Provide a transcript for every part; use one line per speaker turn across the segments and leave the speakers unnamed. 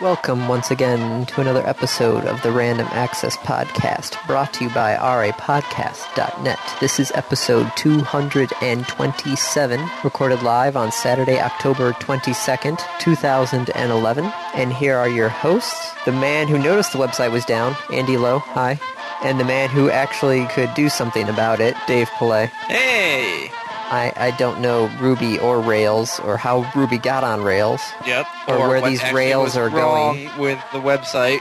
Welcome once again to another episode of the Random Access Podcast, brought to you by rapodcast.net. This is episode 227, recorded live on Saturday, October 22nd, 2011. And here are your hosts the man who noticed the website was down, Andy Lowe. Hi. And the man who actually could do something about it, Dave Pillay.
Hey!
I, I don't know Ruby or Rails or how Ruby got on Rails.
Yep.
Or where
what
these
actually
rails
was
are
wrong with the website.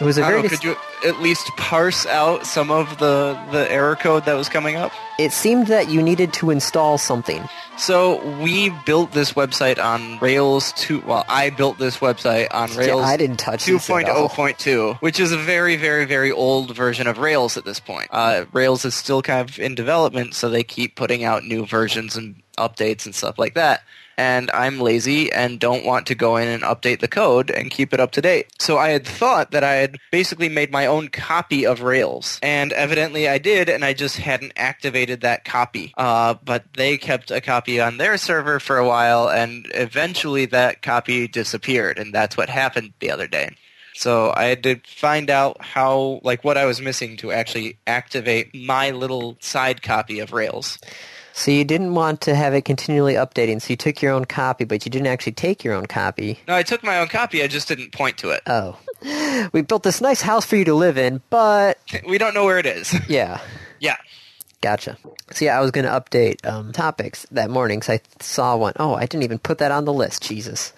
It was a
I
very
don't know,
dis-
could you at least parse out some of the, the error code that was coming up?
It seemed that you needed to install something.
So we built this website on Rails 2. Well, I built this website on Rails
I didn't touch this at all.
2.0.2, which is a very, very, very old version of Rails at this point. Uh, Rails is still kind of in development, so they keep putting out new versions and updates and stuff like that. And I'm lazy and don't want to go in and update the code and keep it up to date. So I had thought that I had basically made my own copy of Rails. And evidently I did, and I just hadn't activated that copy. Uh, but they kept a copy on their server for a while, and eventually that copy disappeared. And that's what happened the other day. So I had to find out how, like, what I was missing to actually activate my little side copy of Rails.
So you didn't want to have it continually updating, so you took your own copy, but you didn't actually take your own copy.
No, I took my own copy. I just didn't point to it.
Oh. We built this nice house for you to live in, but
We don't know where it is.
yeah.
yeah.
Gotcha. So yeah, I was going to update um, topics that morning because I saw one. Oh, I didn't even put that on the list. Jesus.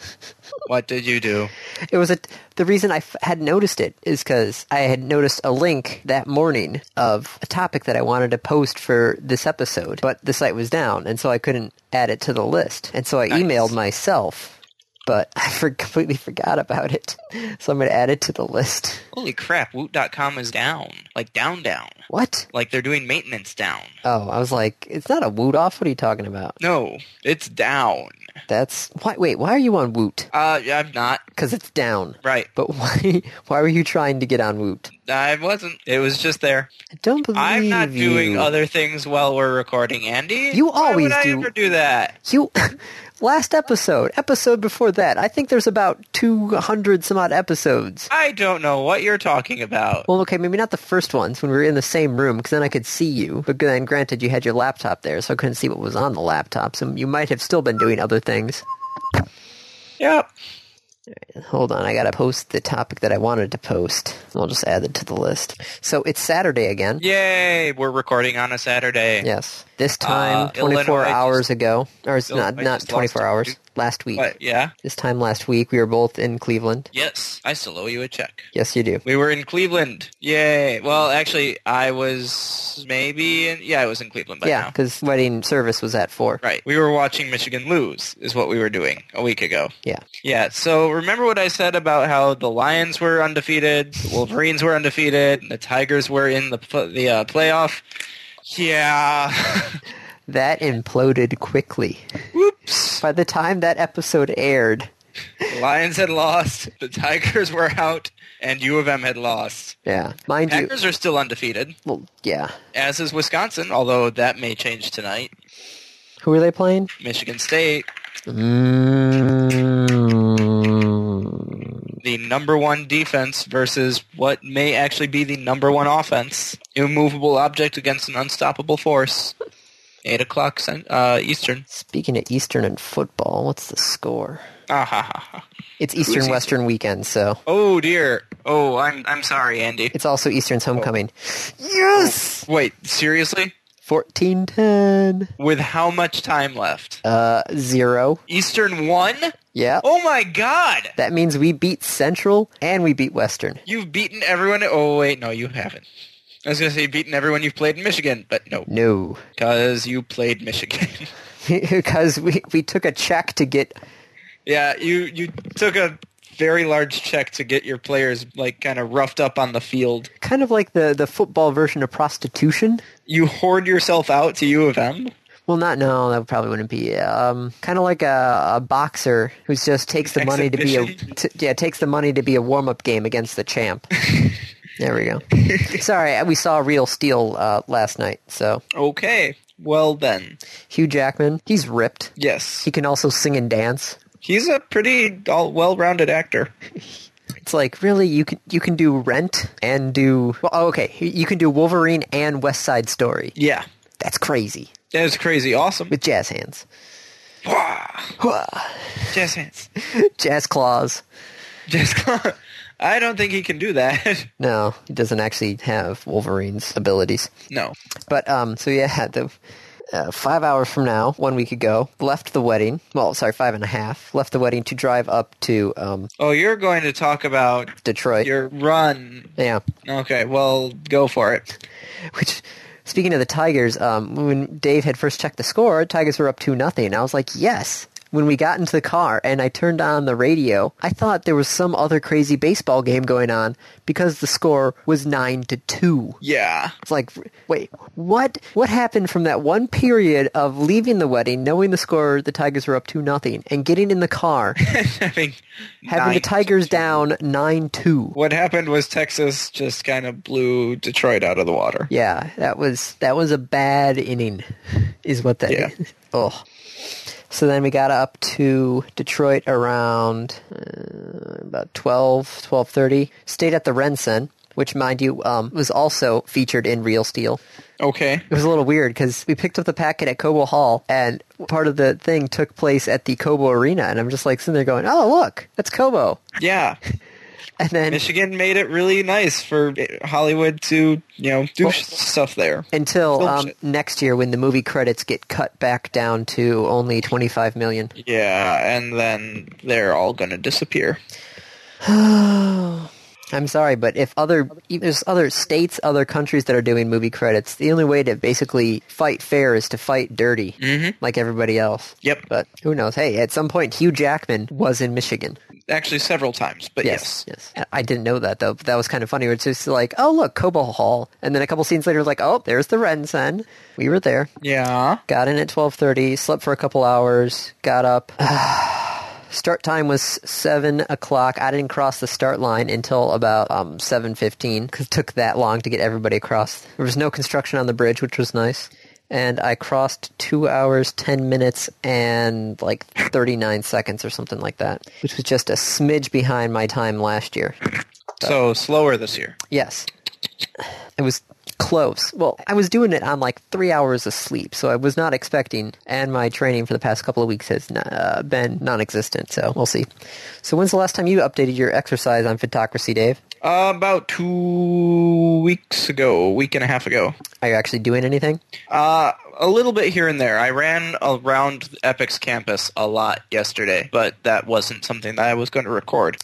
What did you do?
It was a. The reason I f- had noticed it is because I had noticed a link that morning of a topic that I wanted to post for this episode, but the site was down, and so I couldn't add it to the list. And so I
Nice.
emailed myself, but I for- completely forgot about it. So I'm going to add it to the list.
Holy crap, Woot.com is down. Like, down, down.
What?
Like, they're doing maintenance down.
Oh, I was like, it's not a Woot off. What are you talking about?
No, it's down.
That's why. Wait, why are you on Woot?
Uh, I'm not.
Because it's down.
Right.
But why? Why were you trying to get on Woot?
I wasn't. It was just there.
I don't believe
I'm not doing
you.
other things while we're recording, Andy.
You
Why
always
would I
do.
ever do that?
You last episode, episode before that, I think there's about 200 some odd episodes.
I don't know what you're talking about.
Well, okay, maybe not the first ones when we were in the same room because then I could see you. But then, granted, you had your laptop there, so I couldn't see what was on the laptop. So you might have still been doing other things.
Yep.
Hold on, I gotta post the topic that I wanted to post. I'll just add it to the list. So it's Saturday again.
Yay, we're recording on a Saturday.
Yes, this time
Uh,
24
Illinois just-
hours ago, or it's
Illinois
not not
just lost
24 hours.
to-
Last week,
But yeah.
this time last week, we were both in Cleveland.
Yes, I still owe you a check.
Yes, you do.
We were in Cleveland. Yay. Well, actually, I was maybe in, yeah, I was in Cleveland by
yeah,
now.
because wedding service was at four.
Right. We were watching Michigan lose is what we were doing a week ago.
Yeah.
Yeah, so remember what I said about how the Lions were undefeated, the Wolverines were undefeated, and the Tigers were in the pl- the uh, playoff. Yeah.
That imploded quickly.
Whoops.
By the time that episode aired,
The Lions had lost, the Tigers were out, and U of M had lost.
yeah, mind you,
Packers are still undefeated,
well, yeah.
as is Wisconsin, although that may change tonight.
Who were they playing?
Michigan State,
Mm.
the number one defense versus what may actually be the number one offense. Immovable object against an unstoppable force. 8 o'clock cen- uh, Eastern.
Speaking of Eastern and football, what's the score?
Ah, ha, ha, ha.
It's
Who's
Eastern
Eastern?
Western weekend, so
Oh, dear. Oh, I'm, I'm sorry, Andy.
it's also Eastern's
Oh.
homecoming. Yes,
Wait, seriously?
fourteen ten.
With how much time left?
Uh, zero.
Eastern 1?
Yeah,
Oh, my God!
that means we beat Central and we beat Western.
You've beaten everyone. Oh wait, no, you haven't. I was gonna say you've beaten everyone you've played in Michigan, but no,
No.
because you played Michigan.
because we, we took a check to get
yeah, you you took a very large check to get your players like kind of roughed up on the field.
kind of like the, the football version of prostitution.
You hoard yourself out to U of M.
Well, not no, that probably wouldn't be. Um, kind of like a, a boxer who just takes the money to be a
Exhibition?
t- yeah takes the money to be a warm up game against the champ. there we go. Sorry, uh, we saw Real Steel uh, last night. So
Okay, well then,
Hugh Jackman, he's ripped.
yes,
He can also sing and dance.
He's a pretty all well-rounded actor.
It's like really you can you can do Rent and do well, oh, okay you can do Wolverine and West Side Story.
Yeah,
That's crazy
that is crazy awesome.
with jazz hands,
Wah! Jazz hands.
jazz claws.
Jazz claw. I don't think he can do that.
No, he doesn't actually have Wolverine's abilities.
no.
But um, so yeah, the uh, five hours from now, one week ago, left the wedding. Well, sorry, five and a half. Left the wedding to drive up to um
Oh, you're going to talk about
Detroit.
your run.
yeah,
Okay, well, go for it.
which. Speaking of the Tigers, um, when Dave had first checked the score, Tigers were up two nothing. I was like, yes. When we got into the car and I turned on the radio, I thought there was some other crazy baseball game going on because the score was nine to two.
Yeah.
It's like, wait, what? What happened from that one period of leaving the wedding, knowing the score, the Tigers were up two nothing, and getting in the car,
Having,
having the
nine-
Tigers down nine two?
What happened was Texas just kind of blew Detroit out of the water.
Yeah, that was that was a bad inning, is what that.
Yeah.
Oh. So then we got up to Detroit around uh, about 12, 12.30. Stayed at the Renson, which, mind you, um, was also featured in Real Steel.
Okay.
It was a little weird because we picked up the packet at Cobo Hall, and part of the thing took place at the Cobo Arena, and I'm just like sitting there going, "Oh, look, that's Cobo,"
Yeah.
and then
Michigan made it really nice for Hollywood to, you know, do sh stuff there.
until
Film
um,
Oh, shit.
next year when the movie credits get cut back down to only 25 million.
Yeah, and then they're all going to disappear.
I'm sorry, but if other there's other states, other countries that are doing movie credits, the only way to basically fight fair is to fight dirty, like everybody else.
Mm-hmm. Yep.
But who knows? Hey, at some point, Hugh Jackman was in Michigan.
Actually, several times, but yes.
Yes, yes. I didn't know that though. But that was kind of funny. It's just like, oh look, Cobo Hall, and then a couple scenes later, it's like, oh, there's the Rensen. We were there.
Yeah.
Got in at twelve thirty. Slept for a couple hours. Got up. start time was seven o'clock. I didn't cross the start line until about um, seven fifteen because it took that long to get everybody across. There was no construction on the bridge, which was nice. And I crossed two hours, ten minutes, and like thirty-nine seconds or something like that, which was just a smidge behind my time last year.
So slower this year.
Yes. It was close. Well, I was doing it on like three hours of sleep, so I was not expecting, and my training for the past couple of weeks has uh, been non existent, so we'll see. So, when's the last time you updated your exercise on Fitocracy, Dave?
Uh, about two weeks ago, a week and a half ago.
Are you actually doing anything?
Uh, a little bit here and there. I ran around Epic's campus a lot yesterday, but that wasn't something that I was going to record.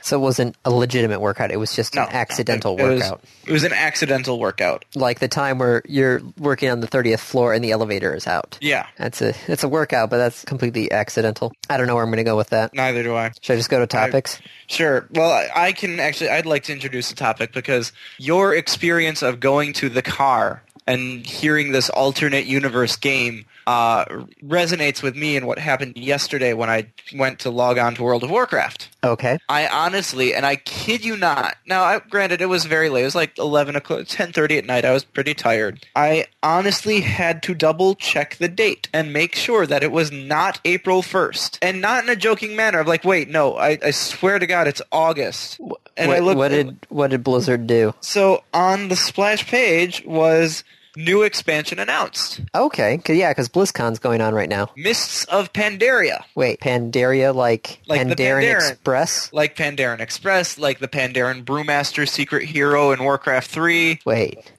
So, it wasn't a legitimate workout, it was just
No,
an accidental
it, it was-
workout.
It was, an accidental workout.
like the time where you're working on the 30th floor and the elevator is out.
Yeah,
That's a it's a workout, but that's completely accidental. I don't know where I'm going to go with that.
neither do I.
Should I just go to topics?
Sure. Well, I, I can actually. I'd like to introduce a topic because your experience of going to the car and hearing this alternate universe game uh, resonates with me and what happened yesterday when I went to log on to World of Warcraft.
okay.
I honestly, and I kid you not. Now, I, granted, it was very late. It was like eleven o'clock, ten thirty at night. I was pretty tired. I honestly had to double check the date and make sure that it was not April first, and not in a joking manner. I'm like, wait, no, I, I swear to God, it's August. And
what,
I looked.
what did what did Blizzard do?
so on the splash page was new expansion announced:
Okay, 'cause- yeah, because BlizzCon's going on right now.
Mists of Pandaria.
Wait, Pandaria, like,
Like the
Pandaren
Pandaren.
Express?
Like Pandaren Express, like the Pandaren Brewmaster Secret Hero in Warcraft 3,
Wait,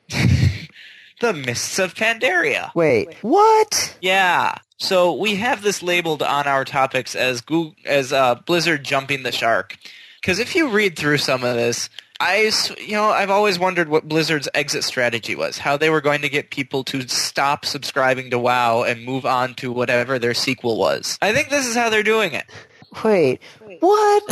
the Mists of Pandaria.
wait, what?
Yeah. So we have this labeled on our topics as Google, as uh, Blizzard jumping the shark. Because if you read through some of this, I s- you know I've always wondered what Blizzard's exit strategy was, how they were going to get people to stop subscribing to WoW and move on to whatever their sequel was. I think this is how they're doing it.
Wait, what?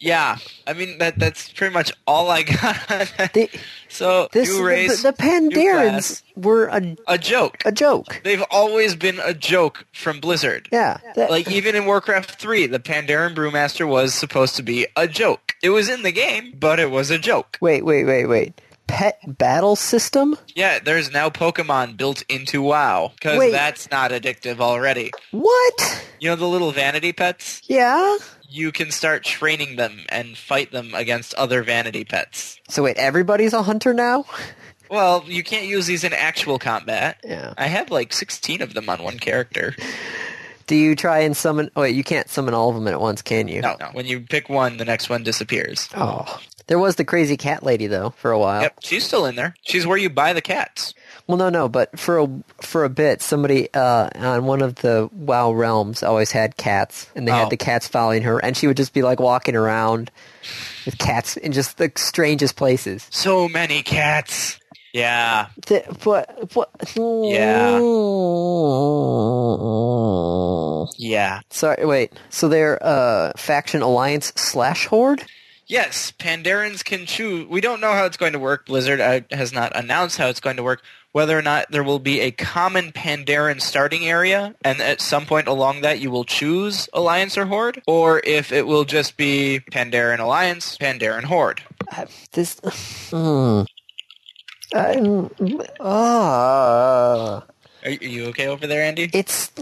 Yeah, I mean that that's pretty much all I got. on that.
The,
so
this,
new race,
the, the Pandarans
class.
were a,
a joke.
a joke.
They've always been a joke from Blizzard.
Yeah. that-
Like even in Warcraft 3, the Pandaren Brewmaster was supposed to be a joke. It was in the game, but it was a joke.
wait, wait, wait, wait. pet battle system?
Yeah, there's now Pokemon built into WoW because
Wait.
that's not addictive already.
What?
You know the little vanity pets?
Yeah.
You can start training them and fight them against other vanity pets.
So wait, everybody's a hunter now?
Well, you can't use these in actual combat.
Yeah.
I have like 16 of them on one character.
Do you try and summon? Oh, wait, you can't summon all of them at once, can you?
No, no. When you pick one, the next one disappears.
Oh. There was the crazy cat lady though for a while.
Yep, she's still in there. She's where you buy the cats.
Well, no, no, but for a for a bit, somebody uh, on one of the WoW realms always had cats, and they
Oh.
had the cats following her, and she would just be like walking around with cats in just the strangest places.
So many cats. Yeah.
Th- but what?
Yeah. Yeah.
Sorry, wait. So they're uh, faction alliance slash horde.
Yes, Pandarans can choose. We don't know how it's going to work. Blizzard uh, has not announced how it's going to work. Whether or not there will be a common Pandaran starting area, and at some point along that you will choose Alliance or Horde, or if it will just be Pandaran Alliance, Pandaran Horde.
Uh, This. Mm. I- ah.
Are are you okay over there, Andy?
it's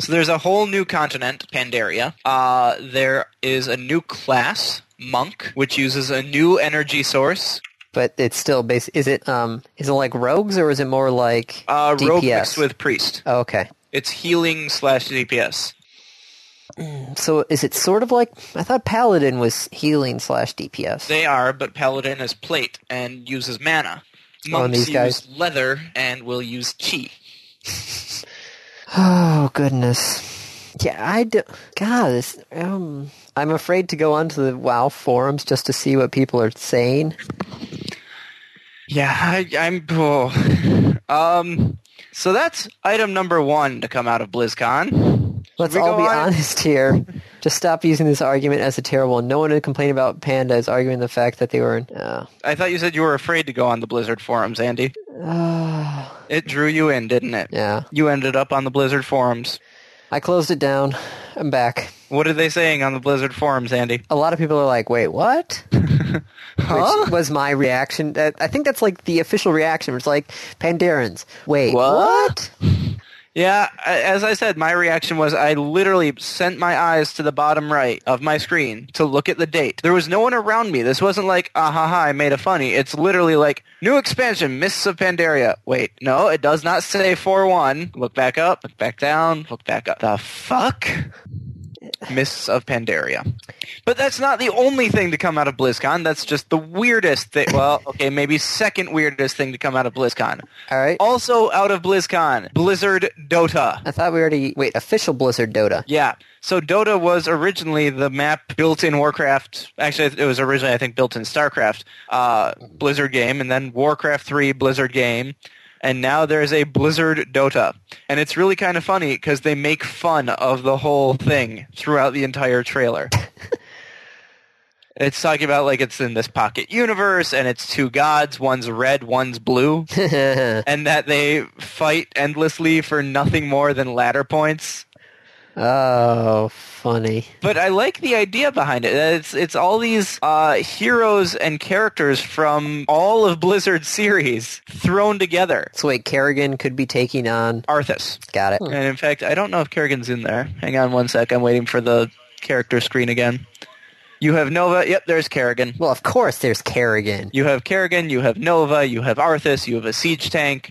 So there's a whole new continent, Pandaria. Uh, there is a new class, Monk, which uses a new energy source.
but it's still base. Is it um? Is it like rogues or is it more like
Uh,
DPS?
rogue mixed with priest.
Oh, okay.
It's healing slash DPS.
So is it sort of like I thought paladin was healing slash DPS?
They are, but Paladin is plate and uses mana.
Oh,
Monks
and these
use
guys-
leather and will use chi.
oh goodness. Yeah, I do. God, this. Um, I'm afraid to go onto the WoW forums just to see what people are saying.
Yeah, I, I'm. Oh. um, so that's item number one to come out of BlizzCon.
Let's
Should we
all
go
be
on?
honest here. Just stop using this argument as a terrible. one. No one had complained about Panda is arguing the fact that they were. In, uh,
I thought you said you were afraid to go on the Blizzard forums, Andy.
uh,
It drew you in, didn't it?
yeah,
You ended up on the Blizzard forums.
I closed it down. I'm back.
What are they saying on the Blizzard forums, Andy?
A lot of people are like, "Wait, what?"
Huh?
Which was my reaction. That I think that's like the official reaction. It's like Pandarans. Wait,
What?
what?
Yeah, I- as I said, my reaction was I literally sent my eyes to the bottom right of my screen to look at the date. There was no one around me. This wasn't like, ah ha ha, I made a funny. It's literally like, new expansion, Mists of Pandaria. Wait, no, it does not say 4-1. Look back up, look back down, look back up. The fuck? Mists of Pandaria. But that's not the only thing to come out of BlizzCon. That's just the weirdest thing. Well, okay, maybe second weirdest thing to come out of BlizzCon.
All right.
Also out of BlizzCon, Blizzard Dota.
I thought we already wait official Blizzard Dota.
Yeah. So Dota was originally the map built in Warcraft. Actually, it was originally I think built in StarCraft, uh, Blizzard game, and then Warcraft three Blizzard game, and now there's a Blizzard Dota, and it's really kind of funny because they make fun of the whole thing throughout the entire trailer. it's talking about like it's in this pocket universe, and it's two gods, one's red, one's blue, and that they fight endlessly for nothing more than ladder points.
oh, funny.
But I like the idea behind it. It's it's all these uh, heroes and characters from all of Blizzard's series thrown together.
So wait, Kerrigan could be taking on.
Arthas.
Got it.
And in fact, I don't know if Kerrigan's in there. Hang on one sec. I'm waiting for the character screen again. You have Nova. Yep, there's Kerrigan.
Well, of course, there's Kerrigan.
You have Kerrigan. You have Nova. You have Arthas. You have a siege tank.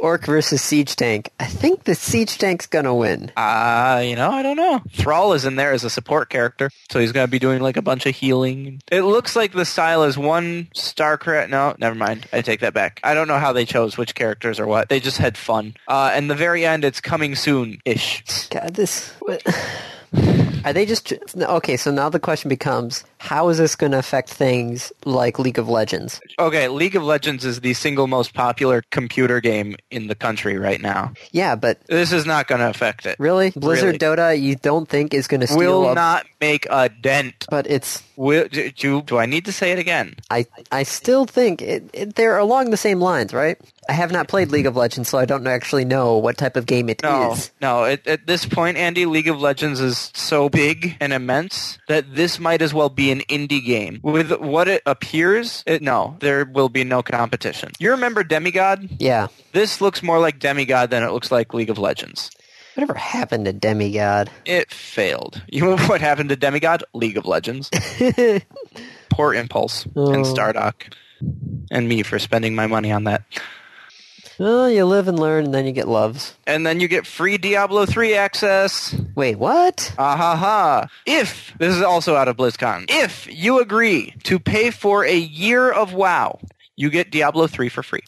Orc versus Siege Tank. I think the Siege Tank's gonna win.
Uh, you know, I don't know. Thrall is in there as a support character, so he's going to be doing like a bunch of healing. It looks like the style is one StarCraft. No, never mind. I take that back. I don't know how they chose which characters or what. They just had fun. Uh, and the very end, it's coming soon ish.
God, this. What? Are they just okay? So now the question becomes: How is this going to affect things like League of Legends?
Okay, League of Legends is the single most popular computer game in the country right now.
Yeah, but
This is not going to affect it.
really, Blizzard Dota, you don't think is going to steal?
Will
up-
not make a dent.
But it's.
Will, do, do, do I need to say it again?
I I still think it, it, they're along the same lines, right? I have not played League of Legends, so I don't actually know what type of game it is.
No, no. At, at this point, Andy, League of Legends is so big and immense that this might as well be an indie game. With what it appears, it, no, there will be no competition. You remember Demigod?
Yeah.
This looks more like Demigod than it looks like League of Legends.
Whatever happened to Demigod?
It failed. You know what happened to Demigod? League of Legends. Poor Impulse and
Oh.
Stardock. And me for spending my money on that.
Well, Oh, you live and learn, and then you get loves.
And then you get free Diablo 3 access.
Wait, what?
Ah ha ha. If, this is also out of BlizzCon, if you agree to pay for a year of WoW, you get Diablo 3 for free.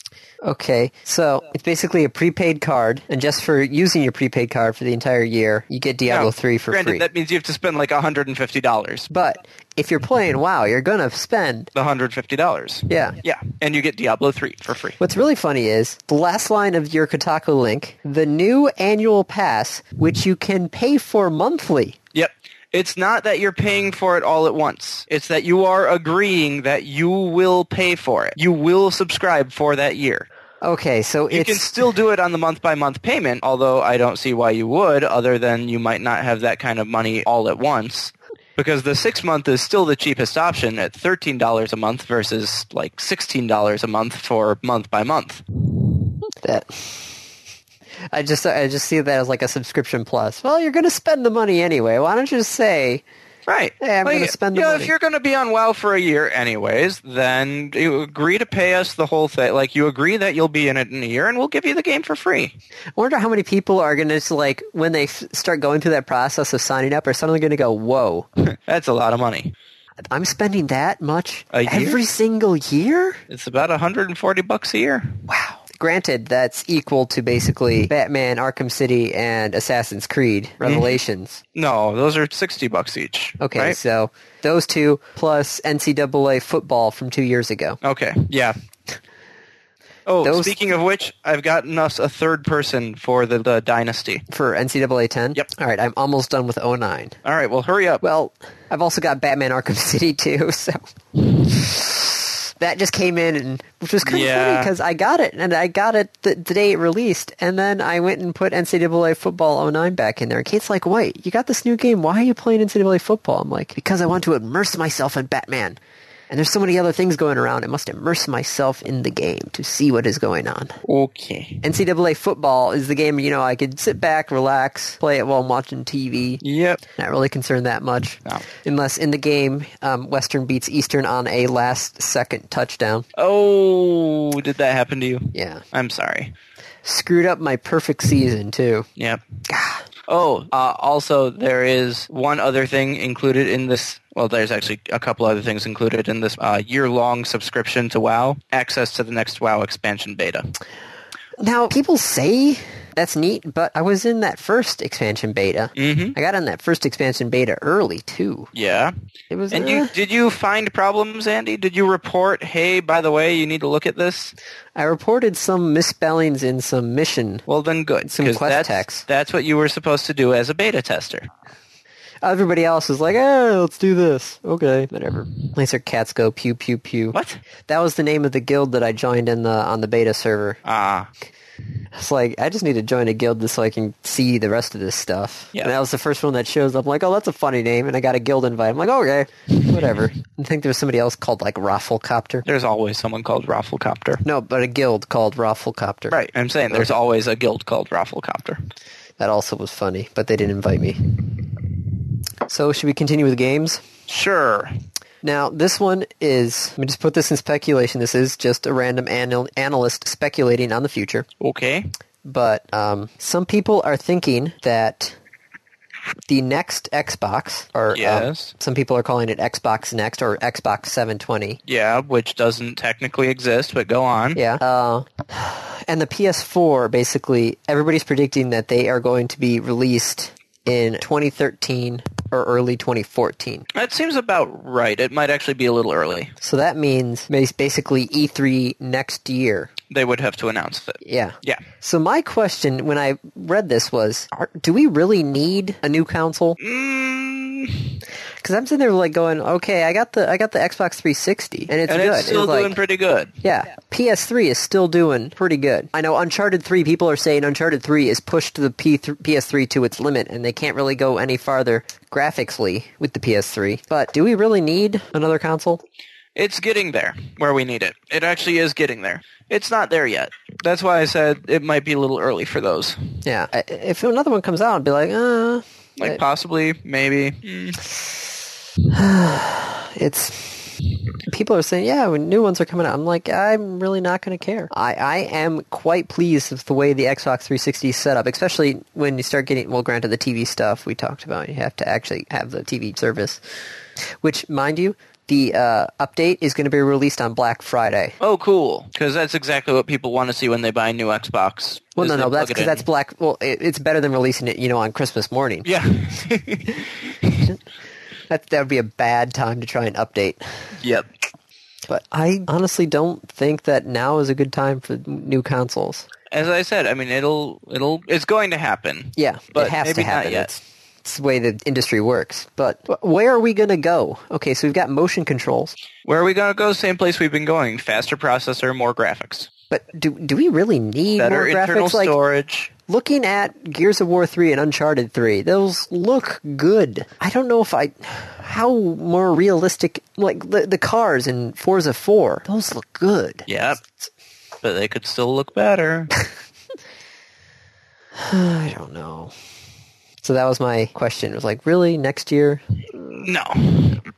Okay, so it's basically a prepaid card, and just for using your prepaid card for the entire year, you get Diablo
Now,
3 for
granted,
free.
that means you have to spend like $150.
but if you're playing WoW, you're going to spend.
The $150.
Yeah.
Yeah, and you get Diablo 3 for free.
What's really funny is the last line of your Kotaku link, the new annual pass, which you can pay for monthly.
Yep. It's not that you're paying for it all at once. It's that you are agreeing that you will pay for it. You will subscribe for that year.
Okay, so
You
it's
can still do it on the month by month payment, although I don't see why you would, other than you might not have that kind of money all at once. Because the six month is still the cheapest option at $13 a month versus like $16 a month for month by month.
that. I just I just see that as like a subscription plus. Well, you're going to spend the money anyway. Why don't you just say
Right.
Hey, I'm gonna spend the
you know,
money.
If you're going to be on WoW for a year anyways, then you agree to pay us the whole thing. Like, you agree that you'll be in it in a year, and we'll give you the game for free.
I wonder how many people are going to like when they f- start going through that process of signing up are suddenly going to go, "Whoa,
That's a lot of money.
I'm spending that much
A year?
every single year."
It's about 140 bucks a year.
Wow. Granted, that's equal to basically Batman, Arkham City, and Assassin's Creed Revelations.
No, those are 60 bucks each.
Okay,
right?
so those two plus NCAA football from two years ago.
Okay. Yeah. Oh,
Those-
speaking of which, I've gotten us a third person for the, the dynasty.
For NCAA 10?
Yep.
All right, I'm almost done with 09.
All right. Well, hurry up.
Well, I've also got Batman Arkham City too, so that just came in, and which was kind of funny 'cause
Yeah.
funny because I got it, and I got it the, the day it released, and then I went and put NCAA Football 09 back in there. And Kate's like, "Wait, you got this new game? Why are you playing NCAA Football?" I'm like, "Because I want to immerse myself in Batman." And there's so many other things going around. I must immerse myself in the game to see what is going on.
okay.
NCAA football is the game, you know, I could sit back, relax, play it while I'm watching TV.
Yep.
Not really concerned that much.
No.
Unless in the game, um, Western beats Eastern on a last second touchdown.
Oh, did that happen to you?
Yeah.
I'm sorry.
Screwed up my perfect season, too.
Yep. Oh, uh, also there is one other thing included in this. Well, there's actually a couple other things included in this uh, year-long subscription to WoW, access to the next WoW expansion beta.
Now, people say that's neat, but I was in that first expansion beta.
Mm-hmm.
I got in that first expansion beta early, too.
Yeah.
It was.
And
uh,
you did you find problems, Andy? Did you report? Hey, by the way, you need to look at this.
I reported some misspellings in some mission.
Well, then good.
Some
'cause
quest
that's,
text.
That's what you were supposed to do as a beta tester.
Everybody else was like, eh, let's do this. Okay, whatever. Laser cats go pew pew pew.
What?
That was the name of the guild that I joined in the on the beta server.
Ah,
It's like I just need to join a guild just so I can see the rest of this stuff.
Yeah.
And that was the first one that shows up. I'm like, oh, that's a funny name, and I got a guild invite. I'm like, okay, whatever. I think there was somebody else called like Rafflecopter.
there's always someone called Rafflecopter.
No, but a guild called Rafflecopter.
Right. I'm saying there's always a guild called Rafflecopter.
That also was funny, but they didn't invite me. So should we continue with the games?
Sure.
Now, this one is, let me just put this in speculation. This is just a random anal- analyst speculating on the future.
Okay.
But um, some people are thinking that the next Xbox, or um,
Yes.
some people are calling it Xbox Next or Xbox 720.
Yeah, which doesn't technically exist, but go on.
Yeah. Uh, and the PS4, basically, everybody's predicting that they are going to be released in 2013 or early 2014.
That seems about right. It might actually be a little early.
So that means bas- basically E3 next year.
They would have to announce it.
Yeah.
Yeah.
So my question when I read this was, are, do we really need a new console?
Mm,
Because I'm sitting there like going, okay, I got the I got the Xbox 360, and it's
and
good.
it's still
like-
doing pretty good.
yeah, PS3 is still doing pretty good. I know Uncharted 3 people are saying Uncharted 3 is pushed the P- PS3 to its limit and they can't really go any farther graphically with the PS3. But do we really need another console?
It's getting there where we need it. It actually is getting there. It's not there yet. That's why I said it might be a little early for those.
Yeah. I- If another one comes out, I'd be like, uh,
Like
Right.
possibly, maybe. Mm.
it's people are saying yeah when new ones are coming out i'm like i'm really not going to care I, I am quite pleased with the way the xbox 360 is set up especially when you start getting well granted the tv stuff we talked about you have to actually have the tv service which mind you the uh, update is going to be released on black friday
Oh, cool. Because that's exactly what people want to see when they buy a new Xbox.
well
is
no no
they plug
that's
it
because
in.
that's black well it, it's better than releasing it you know on christmas morning
yeah.
that that would be a bad time to try and update
yep.
but i honestly don't think that now is a good time for new consoles
As I said, I mean it'll it'll it's going to happen.
Yeah,
But
it has
maybe
to
not
happen.
yet.
It's, it's the way the industry works. But wh- where are we going to go? Okay, so we've got motion controls,
Where are we gonna go? Same place we've been going. Faster processor, more graphics,
but do do we really need
better
more
internal
graphics? Like
storage.
looking at Gears of War three and Uncharted three, those look good. I don't know if I how more realistic like the, the cars in Forza four. Those look good.
Yep. But they could still look better.
I don't know. So that was my question. It was like, really next year?
No.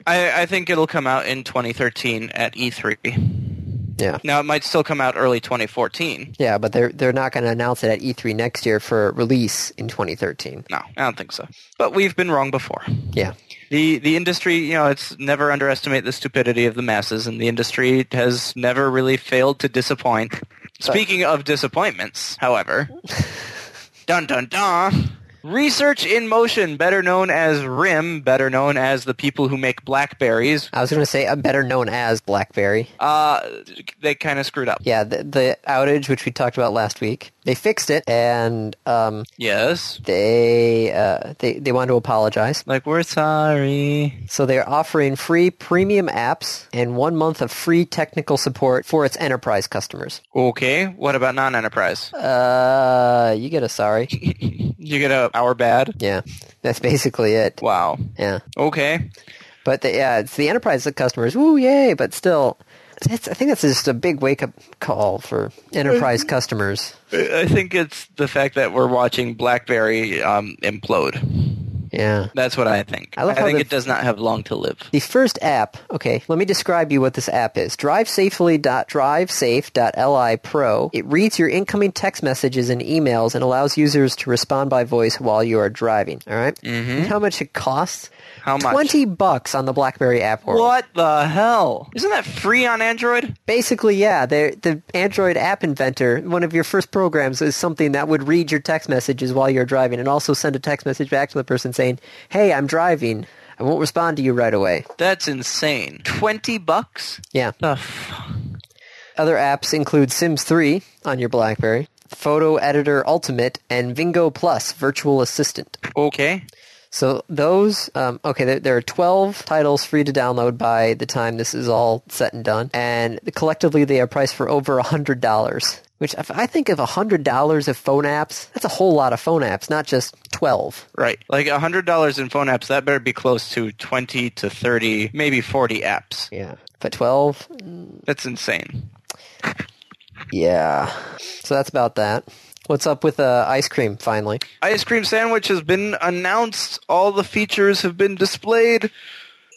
I, I think it'll come out in 2013 at E3.
Yeah.
Now, it might still come out early 2014.
Yeah, but they're they're not going to announce it at E3 next year for release in 2013.
No, I don't think so. But we've been wrong before.
Yeah.
The, the industry, you know, it's never underestimate the stupidity of the masses, and the industry has never really failed to disappoint. Speaking of disappointments, however, dun dun dun, Research in Motion, better known as RIM, better known as the people who make Blackberries,
I was going to say I'm better known as BlackBerry.
uh, they kind of screwed up.
Yeah, the, the outage which we talked about last week, they fixed it, and um,
Yes.
they uh, they they wanted to apologize.
Like, we're sorry.
So they're offering free premium apps and one month of free technical support for its enterprise customers.
Okay, what about non-enterprise?
Uh, you get a sorry.
You get a hour bad?
Yeah, that's basically it.
Wow.
Yeah.
Okay.
But the, yeah, it's the enterprise customers. Woo, yay! But still, that's, I think that's just a big wake up call for enterprise customers.
I I think it's the fact that we're watching BlackBerry um, implode.
Yeah.
That's what I think.
I
I,
love how
think
the-
it does not have long to live.
The first app, okay, let me describe you what this app is. DriveSafely.drivesafe.li Pro. It reads your incoming text messages and emails and allows users to respond by voice while you are driving. All right? You know how much it costs?
Mm-hmm. How much?
20 bucks on the BlackBerry app world.
What the hell? Isn't that free on Android?
Basically, yeah, they're- the Android app inventor, one of your first programs is something that would read your text messages while you're driving and also send a text message back to the person saying, "Hey, I'm driving. I won't respond to you right away."
That's insane. 20 bucks?
Yeah.
The f-
Other apps include Sims 3 on your BlackBerry, Photo Editor Ultimate, and Vingo Plus Virtual Assistant.
okay.
So those, um, okay, there, there are 12 titles free to download by the time this is all set and done, and collectively they are priced for over $100. Which, if I think of $100 of phone apps, that's a whole lot of phone apps, not just 12.
Right. Like $100 in phone apps, that better be close to 20 to 30, maybe 40 apps.
Yeah. But 12?
That's insane.
Yeah. So that's about that. What's up with uh, ice cream, finally?
ice cream sandwich has been announced. All the features have been displayed.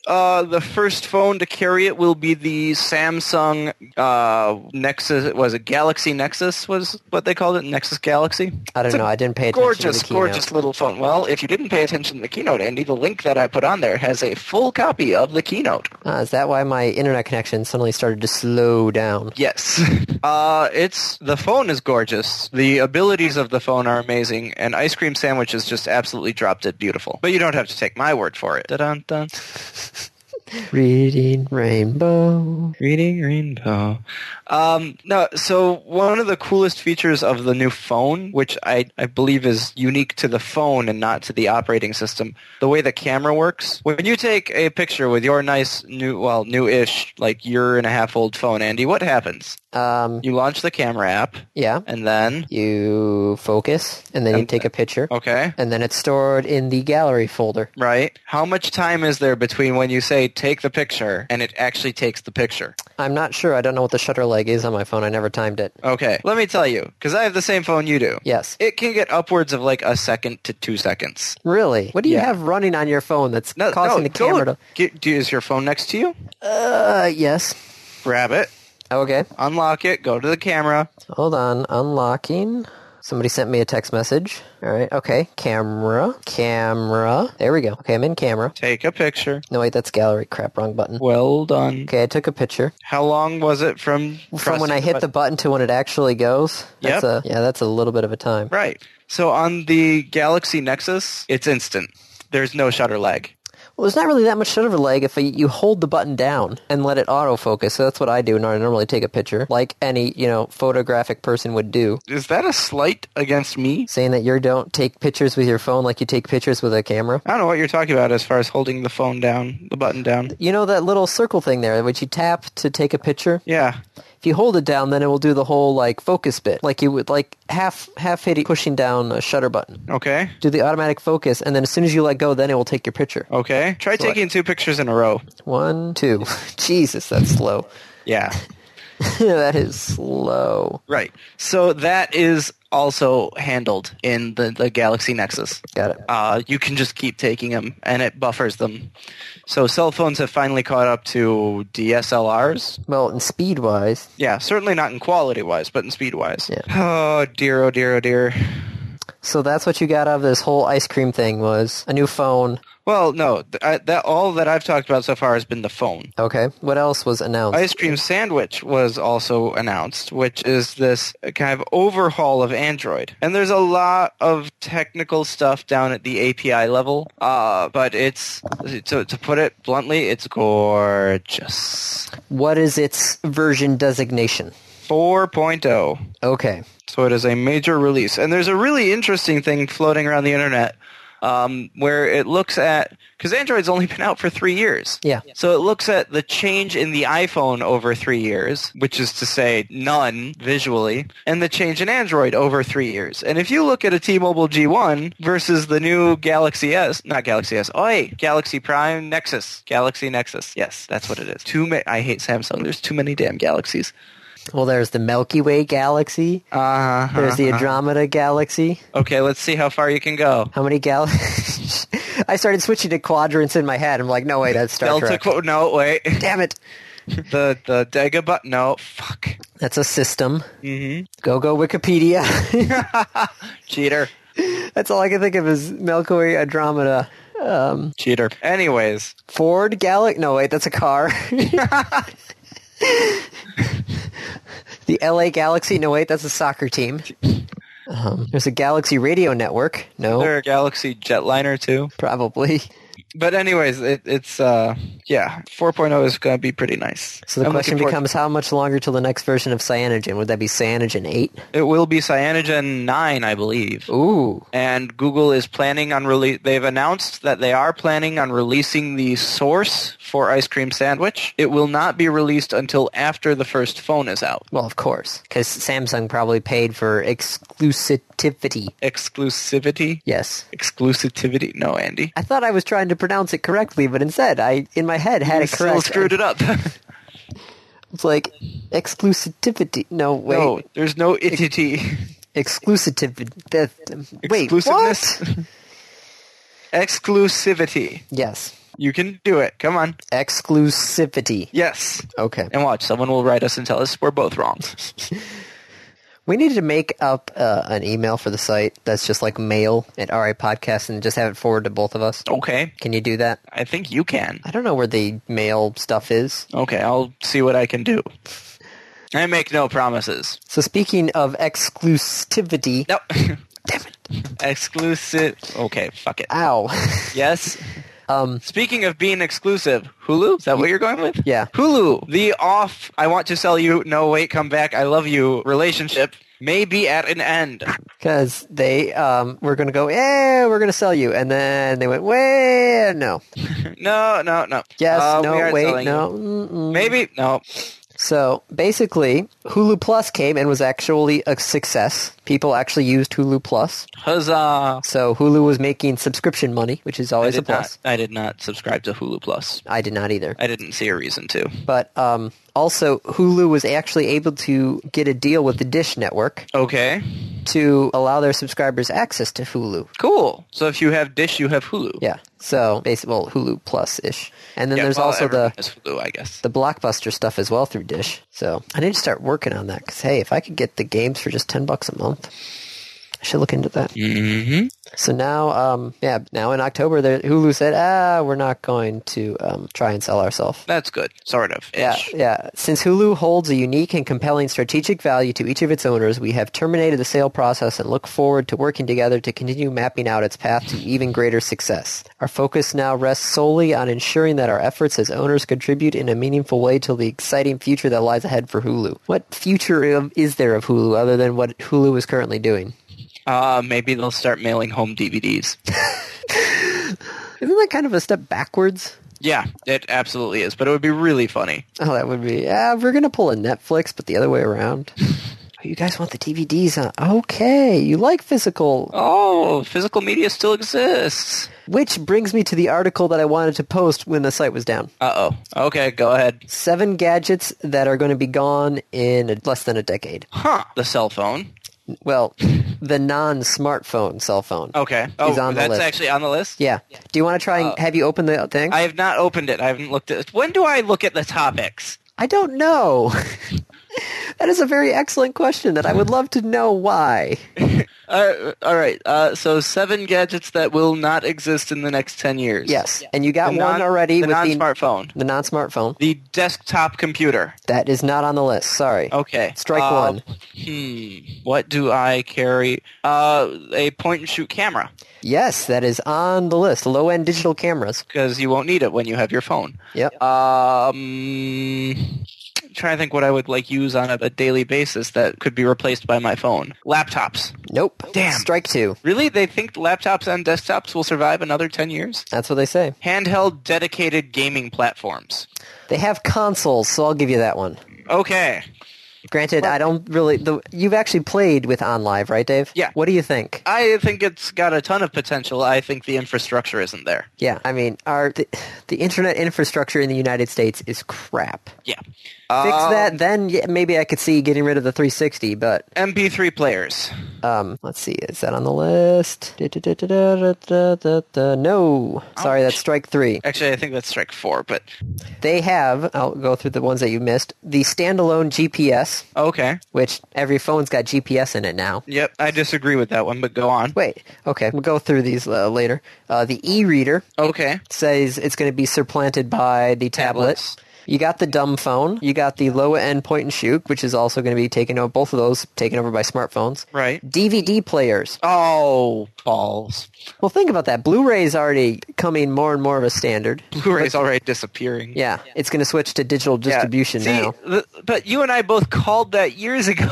Uh, the first phone to carry it will be the Samsung uh, Nexus. Was it Galaxy Nexus? Was what they called it? Nexus Galaxy.
I don't
It's a
know. I didn't pay attention
Gorgeous,
to the keynote.
gorgeous little phone. Well, if you didn't pay attention to the keynote, Andy, the link that I put on there has a full copy of the keynote.
Ah, is that why my internet connection suddenly started to slow down?
Yes. Uh, it's the phone is gorgeous. The abilities of the phone are amazing, and ice cream sandwich is just absolutely drop dead beautiful. But you don't have to take my word for it. Dun dun.
Reading Rainbow.
Reading rainbow. Um, no, so one of the coolest features of the new phone, which I, I believe is unique to the phone and not to the operating system, the way the camera works. When you take a picture with your nice new, well, new-ish, like year and a half old phone, Andy, what happens?
Um,
You launch the camera app,
yeah.
and then,
You focus, and then you take a picture,
okay,
and then it's stored in the gallery folder.
right? How much time is there between when you say take the picture and it actually takes the picture?
I'm not sure. I don't know what the shutter lag is on my phone. I never timed it.
Okay, let me tell you, because I have the same phone you do.
Yes.
It can get upwards of like a second to two seconds.
Really? What do you
Yeah.
have running on your phone that's causing the camera
don't. Get, do, is your phone next to you?
to? Uh, yes.
Grab it,
Okay.
unlock it, go to the camera.
Hold on. Unlocking. Somebody sent me a text message. All right. Okay. Camera. Camera. There we go. Okay, I'm in camera.
Take a picture.
No, wait, that's gallery. Crap, wrong button.
Well done.
Okay, I took a picture.
How long was it from
From when I hit the button to when it actually goes. That's a,
Yep.
yeah, that's a little bit of a time.
right? So on the Galaxy Nexus, it's instant. There's no shutter lag.
Well, there's not really that much shutter lag if you hold the button down and let it autofocus. So that's what I do when I normally take a picture, like any, you know, photographic person would do.
Is that a slight against me?
Saying that you don't take pictures with your phone like you take pictures with a camera.
I don't know what you're talking about as far as holding the phone down, the button down.
You know that little circle thing there, which you tap to take a picture?
Yeah,
If you hold it down, then it will do the whole, like, focus bit. Like you would, like, half, half hitting, pushing down a shutter button.
Okay.
do the automatic focus, and then as soon as you let go, then it will take your picture.
Okay. Try taking two pictures in a row.
One, two. Jesus, that's slow.
Yeah.
that is slow.
right. So that is also handled in the, the Galaxy Nexus.
Got it.
Uh, you can just keep taking them, and it buffers them. So cell phones have finally caught up to DSLRs.
Well, and speed wise,
Yeah, certainly not in quality wise, but in speed wise.
Yeah.
Oh dear, oh dear, oh dear.
so that's what you got out of this whole ice cream thing was a new phone.
Well, no, th- I, that all that I've talked about so far has been the phone.
Okay, what else was announced?
Ice cream sandwich was also announced, which is this kind of overhaul of Android. And there's a lot of technical stuff down at the API level, uh, but it's to, to put it bluntly, it's gorgeous.
what is its version designation?
4.0.
Okay,
oh. So it is a major release. And there's a really interesting thing floating around the internet um, where it looks at, because Android's only been out for three years.
yeah.
So it looks at the change in the iPhone over three years, which is to say none visually, and the change in Android over three years. And if you look at a T-Mobile G1 versus the new Galaxy S, not Galaxy S, oi, Galaxy Prime Nexus, Galaxy Nexus, yes, that's what it is. Too ma- I hate Samsung. There's too many damn galaxies.
Well, there's the Milky Way galaxy.
Uh-huh.
There's the Andromeda galaxy.
Okay, let's see how far you can go.
How many galaxies? I started switching to quadrants in my head. I'm like, no wait, that's Star
Delta
Trek.
quote. No, wait.
Damn it.
the the Dagobah. No, fuck.
That's a system.
Mm-hmm.
Go go Wikipedia.
Cheater.
That's all I can think of is Milky Way Andromeda. Um,
Cheater. Anyways,
Ford Galaxy. No, wait, that's a car. the LA Galaxy. No, wait, that's a soccer team. Um, there's a Galaxy Radio Network. No,
they're a Galaxy jetliner too.
probably.
But anyways, it, it's uh yeah, 4.0 is gonna be pretty nice.
So the
I'm
question
looking forward-
becomes, how much longer till the next version of Cyanogen? Would that be Cyanogen eight?
it will be Cyanogen nine, I believe.
Ooh,
And Google is planning on release. They've announced that they are planning on releasing the source for Ice Cream Sandwich. It will not be released until after the first phone is out.
well, of course, because Samsung probably paid for exclusivity.
Exclusivity.
Yes.
exclusivity. No, Andy.
I thought I was trying to pronounce it correctly, but instead, I in my head had
I
it correct.
still screwed it up.
It's like exclusivity. No, wait.
no, there's no ittity.
Exclusivity. The- Wait,
Exclusiveness.
what?
Exclusivity.
Yes.
You can do it. Come on.
Exclusivity.
Yes.
Okay.
And watch, someone will write us and tell us we're both wrong.
We need to make up uh, an email for the site that's just like mail at RA Podcast and just have it forward to both of us.
okay.
Can you do that?
I think you can.
I don't know where the mail stuff is.
Okay, I'll see what I can do. I make no promises.
So speaking of exclusivity,
No.
damn it.
Exclusive. Okay, fuck it.
Ow.
Yes.
Um,
Speaking of being exclusive, Hulu? Is that what you're going with?
Yeah.
Hulu, the off, I want to sell you, no, wait, come back, I love you relationship may be at an end.
because they um, were going to go, yeah, we're going to sell you, and then they went, wait, no,
No, no, no.
yes,
Uh, we
no,
aren't
wait,
selling you.
no. Mm-mm.
Maybe, no.
So basically, Hulu Plus came and was actually a success. People actually used Hulu Plus,
Huzzah.
so Hulu was making subscription money, which is
I
always a
did,
plus.
not, I did not subscribe to Hulu Plus.
I did not either.
I didn't see a reason to.
But um, also, Hulu was actually able to get a deal with the Dish Network
Okay.
to allow their subscribers access to Hulu.
Cool. So if you have Dish, you have Hulu.
Yeah. So basically, well, Hulu Plus ish, and then
Yeah,
there's
well,
also
everyone
the
has Hulu, I guess.
the blockbuster stuff as well through Dish. So I need to start working on that because hey, if I could get the games for just ten bucks a month, I should look into that.
Mm-hmm.
So now, um, yeah, now in October, there, Hulu said, ah, we're not going to um, try and sell ourselves.
That's good. Sort of.
Yeah,
Ish.
yeah. Since Hulu holds a unique and compelling strategic value to each of its owners, we have terminated the sale process and look forward to working together to continue mapping out its path to even greater success. Our focus now rests solely on ensuring that our efforts as owners contribute in a meaningful way to the exciting future that lies ahead for Hulu. What future of- is there of Hulu other than what Hulu is currently doing?
Uh, maybe they'll start mailing home DVDs.
Isn't that kind of a step backwards?
yeah, it absolutely is. But it would be really funny.
Oh, that would be. Yeah, we're gonna pull a Netflix, but the other way around. Oh, you guys want the DVDs? Huh? Okay, you like physical.
Oh, physical media still exists.
Which brings me to the article that I wanted to post when the site was down.
Uh oh. Okay, go ahead.
Seven gadgets that are going to be gone in a, less than a decade.
Huh. The cell phone.
Well, the non-smartphone cell phone.
Okay.
Is
Oh,
on the
that's
list.
actually on the list?
Yeah. Do you want to try and have you open the thing?
Uh, I have not opened it. I haven't looked at it. When do I look at the topics?
I don't know. that is a very excellent question that I would love to know why.
Uh, all right. Uh, so seven gadgets that will not exist in the next ten years.
Yes, and you got
The
one
non-
already
The
with
non-smartphone.
the, the non-smartphone.
The desktop computer.
That is not on the list. Sorry.
Okay.
Strike
Oh. Uh,
one.
Hmm. What do I carry? Uh, a point-and-shoot camera
Yes, that is on the list. Low end digital cameras.
because you won't need it when you have your phone.
Yep.
Um. Trying to think what I would like use on a, a daily basis that could be replaced by my phone. Laptops.
Nope.
Damn.
Strike two.
Really? They think laptops and desktops will survive another ten years?
That's what they say.
Handheld dedicated gaming platforms.
They have consoles, so I'll give you that one.
Okay.
Granted, I don't really. The, you've actually played with On Live, right, Dave?
Yeah.
What do you think?
I think it's got a ton of potential. I think the infrastructure isn't there.
Yeah, I mean, our the, the internet infrastructure in the United States is crap.
Yeah. Fix
Fix
Uh,
that, then yeah, maybe I could see getting rid of the 360. But
MP3 players.
um, let's see, is that on the list? Da-da-da-da-da-da-da-da. No, sorry, that's strike three.
Actually, I think that's strike four, but
They have, I'll go through the ones that you missed, the standalone GPS,
okay.
which every phone's got GPS in it now.
Yep, I disagree with that one, but go on.
Wait, okay, we'll go through these uh, later. Uh, the e-reader
Okay.
says it's going to be supplanted by the tablet.
Tablets.
You got the dumb phone. You got the low-end point-and-shoot, which is also going to be taken over, both of those taken over by smartphones.
Right.
DVD players.
Oh, balls.
Well, think about that. Blu-ray's already coming more and more of a standard.
Blu-ray's already disappearing.
Yeah, it's going to switch to digital
Yeah.
distribution
See,
now.
th- but you and I both called that years ago.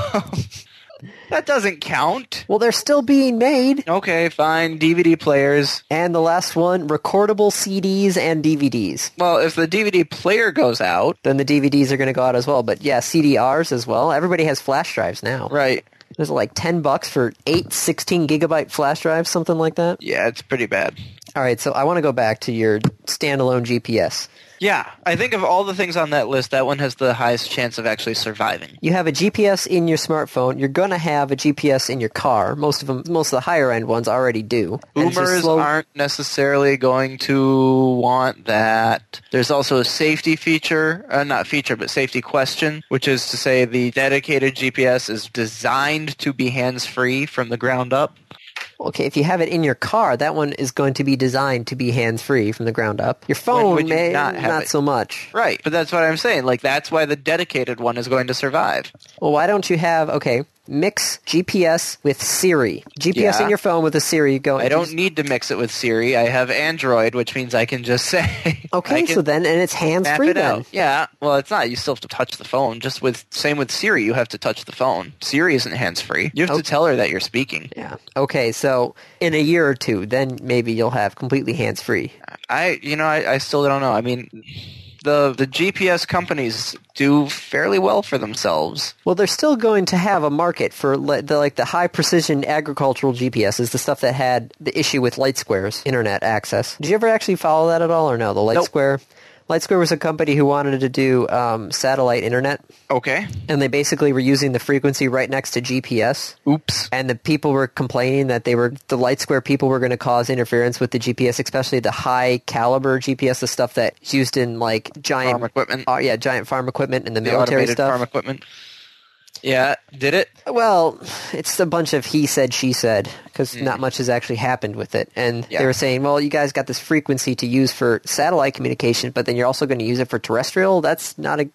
that doesn't count.
Well, they're still being made.
Okay, fine. DVD players.
And the last one, recordable CDs and DVDs.
Well, if the DVD player goes out,
Then the DVDs are going to go out as well. But yeah, CDRs as well. Everybody has flash drives now.
right?
There's like 10 bucks for eight 16 gigabyte flash drives, something like that.
Yeah, it's pretty bad.
All right, so I want to go back to your standalone GPS.
Yeah, I think of all the things on that list, that one has the highest chance of actually surviving.
You have a GPS in your smartphone. You're going to have a GPS in your car. Most of them, most of the higher end ones already do. And it's just
Boomers
slow-
aren't necessarily going to want that. There's also a safety feature, uh, not feature, but safety question, which is to say the dedicated GPS is designed to be hands-free from the ground up.
Okay, if you have it in your car, that one is going to be designed to be hands free from the ground up. Your phone
would you
may
not have it?
so much.
Right, but that's what I'm saying. Like, that's why the dedicated one is going to survive.
Well, why don't you have okay? mix GPS with Siri. GPS
Yeah.
in your phone with a Siri. You go.
I don't need to mix it with Siri. I have Android, which means I can just say. I
Okay,
can
so then and it's hands
tap
free
it
then.
out. Yeah. Well, it's not. You still have to touch the phone. Just with same with Siri, you have to touch the phone. Siri isn't hands free. You have
Oh.
to tell her that you're speaking.
Yeah. Okay, so in a year or two, then maybe you'll have completely hands free.
I, you know, I, I still don't know. I mean, the the GPS companies do fairly well for themselves.
Well, they're still going to have a market for li- the, like the high precision agricultural GPSs, the stuff that had the issue with light squares, internet access. Did you ever actually follow that at all, or no? The light
Nope.
square. Light Square was a company who wanted to do um, satellite internet,
Okay.
and they basically were using the frequency right next to GPS.
Oops.
and the people were complaining that they were the light square people were going to cause interference with the GPS, especially the high caliber GPS, the stuff that's used in like giant
Farm equipment.
uh, yeah, giant farm equipment and the,
The
military
automated
stuff.
farm equipment. Yeah. Did it?
Well, it's a bunch of he said, she said, because not much has actually happened with it. And
Yeah.
they were saying, well, you guys got this frequency to use for satellite communication, but then you're also going to use it for terrestrial? That's not a.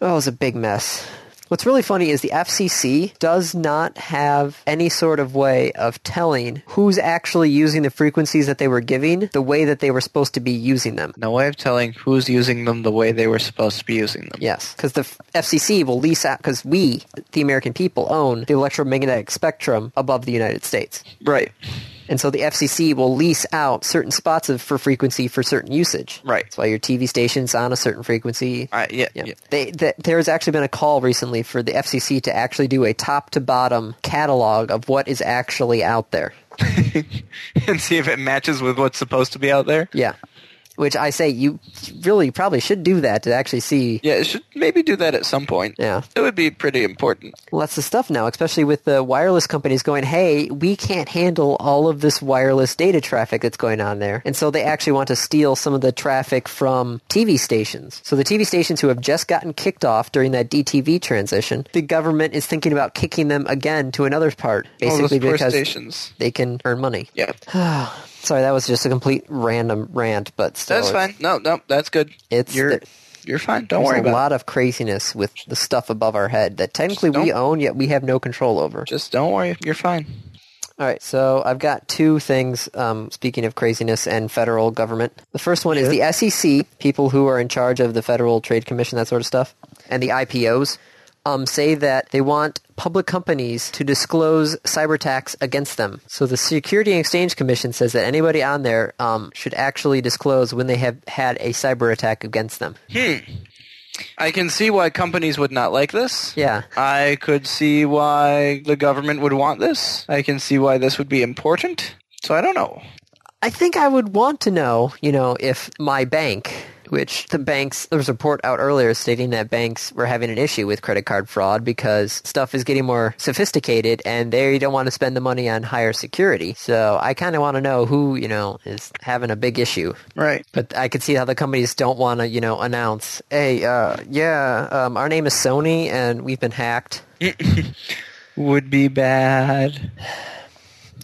Oh, it's a big mess. What's really funny is the FCC does not have any sort of way of telling who's actually using the frequencies that they were giving the way that they were supposed to be using them.
No way of telling who's using them the way they were supposed to be using them.
Yes, because the f- FCC will lease out because we, the American people, own the electromagnetic spectrum above the United States,
Right.
and so the FCC will lease out certain spots of for frequency for certain usage.
Right.
That's why your TV station's on a certain frequency.
I, yeah,
Yeah.
yeah.
They, th there's actually been a call recently for the FCC to actually do a top to bottom catalog of what is actually out there.
and see if it matches with what's supposed to be out there.
Yeah. Which I say you really probably should do that to actually see
Yeah, it should maybe do that at some point.
Yeah.
It would be pretty important.
lots of stuff now, especially with the wireless companies going, hey, we can't handle all of this wireless data traffic that's going on there. And so they actually want to steal some of the traffic from TV stations. So the TV stations who have just gotten kicked off during that DTV transition, the government is thinking about kicking them again to another part,
All Oh, those
basically
poor
because Oh,
stations.
they can earn money.
Yeah.
Sorry, that was just a complete random rant, but still.
That's
it's-
fine. No, no, that's good.
It's-
you're
there-
you're fine. Don't
There's
worry
a
about
lot of craziness with the stuff above our head that technically we
Don't-
own, yet we have no control over.
it. Just don't worry. You're fine.
All right, so I've got two things. Um, speaking of craziness and federal government, the first one is the SEC, people who are in charge of the Federal Trade Commission, that sort of stuff, and the IPOs, um, say that they want public companies to disclose cyber attacks against them. So the Security and Exchange Commission says that anybody on there um, should actually disclose when they have had a cyber attack against them.
Hmm. I can see why companies would not like this.
Yeah.
I could see why the government would want this. I can see why this would be important. So I don't know.
I think I would want to know, you know, if my bank, which the banks, there was a report out earlier stating that banks were having an issue with credit card fraud because stuff is getting more sophisticated and they don't want to spend the money on higher security. So I kind of want to know who, you know, is having a big issue.
Right.
But I could see how the companies don't want to, you know, announce, hey, uh, yeah, um, our name is Sony and we've been hacked.
Would be bad.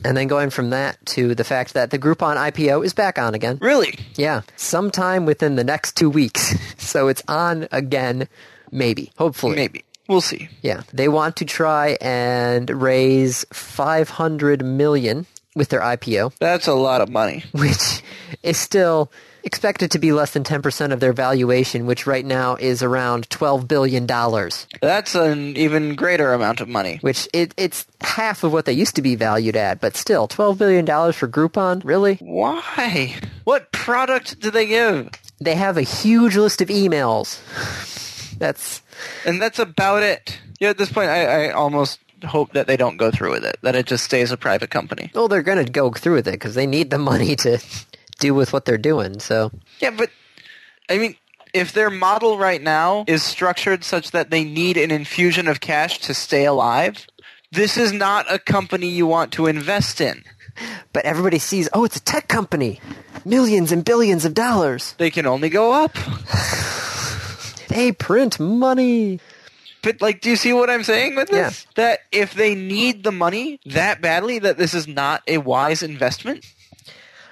And then going from that to the fact that the Groupon IPO is back on again.
Really?
Yeah, sometime within the next two weeks. so it's on again, maybe, hopefully.
Maybe. We'll see.
Yeah, they want to try and raise 500 million with their IPO,
That's a lot of money.
which is still expected to be less than 10% of their valuation, which right now is around 12 billion dollars,
That's an even greater amount of money.
which it, it's half of what they used to be valued at, but still 12 billion dollars for Groupon, really?
Why? What product do they give?
They have a huge list of emails. That's
And that's about it. Yeah, at this point, I, I almost hope that they don't go through with it, that it just stays a private company.
Well, they're going to go through with it because they need the money to do with what they're doing. So,
Yeah, but, I mean, if their model right now is structured such that they need an infusion of cash to stay alive, this is not a company you want to invest in.
but everybody sees, oh, it's a tech company, millions and billions of dollars.
They can only go up.
They print money.
But like, do you see what I'm saying with
Yeah.
this? That if they need the money that badly, that this is not a wise investment.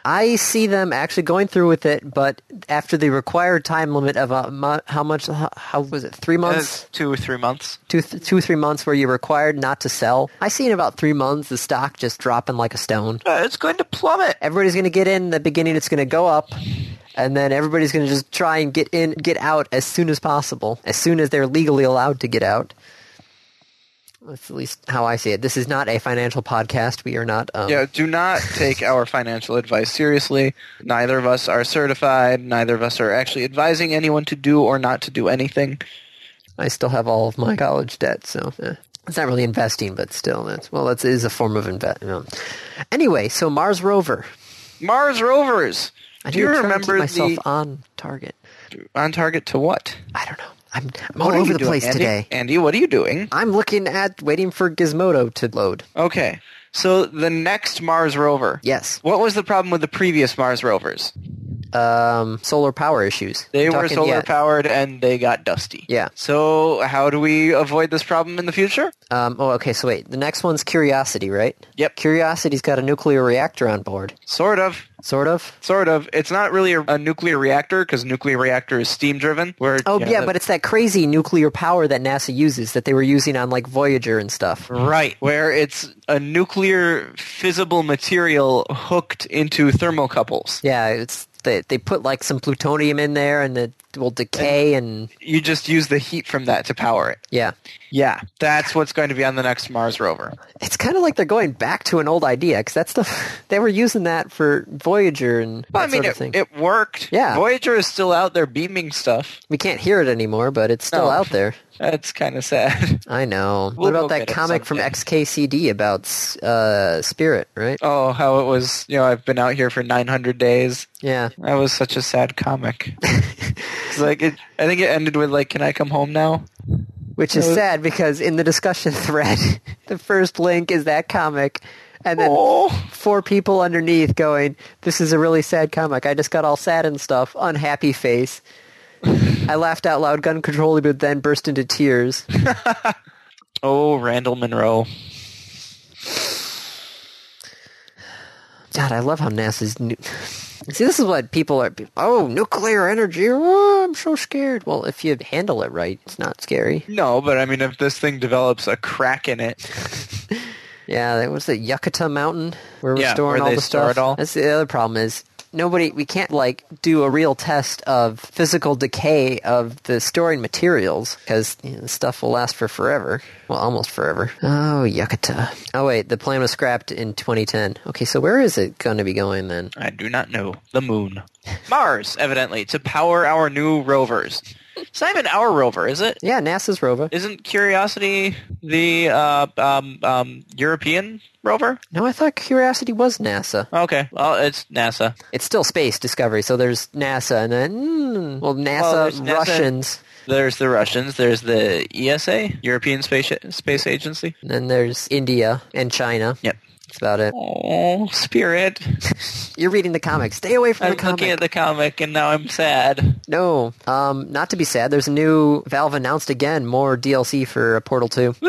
I see them actually going through with it, but after the required time limit of uh, mu- how much, how, how was it, three months?
Uh, two or three months.
two, th- two, three months where you're required not to sell. I see in about three months the stock just dropping like a stone.
Uh, it's going to plummet.
Everybody's going to get in the beginning. It's going to go up, and then everybody's going to just try and get in, get out as soon as possible, as soon as they're legally allowed to get out. That's at least how I see it. This is not a financial podcast. We are not. Um,
Yeah, do not take our financial advice seriously. Neither of us are certified. Neither of us are actually advising anyone to do or not to do anything.
I still have all of my college debt, so eh. it's not really investing, but still, that's well, that's it is a form of invest. You know. Anyway, so Mars rover.
Mars rovers.
I
do you
need to try and
remember
keep myself
the
on target?
on target to what?
I don't know. I'm, I'm
What
all
are
over
you
the
doing,
place
Andy?
today.
Andy, what are you doing?
I'm looking at waiting for Gizmodo to load.
Okay. So the next Mars rover.
Yes.
What was the problem with the previous Mars rovers?
um, solar power issues.
They
I'm
were
talking-
solar
yeah,
powered and they got dusty.
Yeah.
So how do we avoid this problem in the future?
Um, oh, okay. So wait, the next one's Curiosity, right?
Yep.
Curiosity's got a nuclear reactor on board,
Sort of.
sort of.
Sort of. It's not really a, a nuclear reactor because nuclear reactor is steam driven. Where
Oh
you
yeah,
know, the-
but it's that crazy nuclear power that NASA uses that they were using on like Voyager and stuff.
right where it's a nuclear fissible material hooked into thermocouples.
Yeah, it's they they put like some plutonium in there and it will decay and
You just use the heat from that to power it.
yeah.
Yeah, that's what's going to be on the next Mars rover.
It's kind of like they're going back to an old idea because that's the they were using that for Voyager and that
Well, I mean,
sort of
it,
thing.
it worked.
Yeah.
Voyager is still out there beaming stuff.
we can't hear it anymore, but it's still
No.
out there.
That's kind of sad.
I know. what
We'll
about
look
that
at it
comic from
someday.
XKCD about uh, Spirit, right?
Oh, how it was, you know, I've been out here for 900 days.
Yeah.
That was such a sad comic. it's like, it, I think it ended with, like, can I come home now?
Which is
No.
sad because in the discussion thread, the first link is that comic, and then
Oh,
four people underneath going, This is a really sad comic. I just got all sad and stuff. Unhappy face. I laughed out loud, gun control, but then burst into tears.
oh Randall Monroe.
God, I love how NASA's new. See, this is what people are. Oh, nuclear energy. Oh, I'm so scared. Well, if you handle it right, it's not scary.
No, but I mean, if this thing develops a crack in it,
Yeah, that was the Yucata Mountain where we're
Yeah,
storing
where
all
they
the
store
stuff.
it all.
That's the other problem is nobody. We can't like do a real test of physical decay of the storing materials because you know, stuff will last for forever. Well, almost forever. Oh, Yucata. Oh wait, the plan was scrapped in 2010. Okay, so where is it going to be going then?
I do not know. The moon. Mars, evidently, to power our new rovers. It's not even our rover, is it?
Yeah, NASA's rover.
Isn't Curiosity the uh, um, um, European rover?
No, I thought Curiosity was NASA.
Okay, well, it's NASA.
It's still space discovery, so there's NASA and then mm, well, NASA
there's NASA.
Russians.
There's the Russians. There's the ESA, European Space Space Agency.
And then there's India and China.
Yep.
That's about it.
Oh, Spirit.
You're reading the comic. Stay away from
I'm
the comic.
looking at the comic, and now I'm sad.
no, um, not to be sad. There's a new Valve announced again more DLC for Portal 2.
Woo!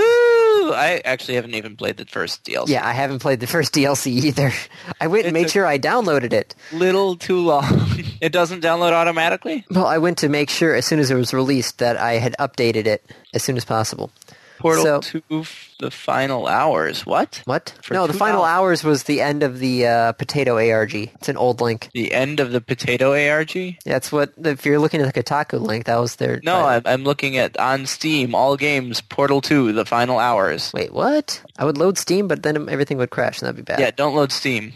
I actually haven't even played the first DLC.
Yeah, I haven't played the first DLC either. I went and
It
made
took-
sure I downloaded it.
Little too long. it doesn't download automatically?
Well, I went to make sure as soon as it was released that I had updated it as soon as possible.
Portal
So-
2, f- the final hours. What?
What?
For
no, the
two
final
hours.
hours was the end of the uh, Potato ARG. It's an old link.
The end of the potato ARG?
That's what, if you're looking at the Kotaku link, that was their...
No,
title.
I'm, I'm looking at on Steam, all games, Portal 2, the final hours.
Wait, what? I would load Steam, but then everything would crash, and that'd be bad.
Yeah, don't load Steam.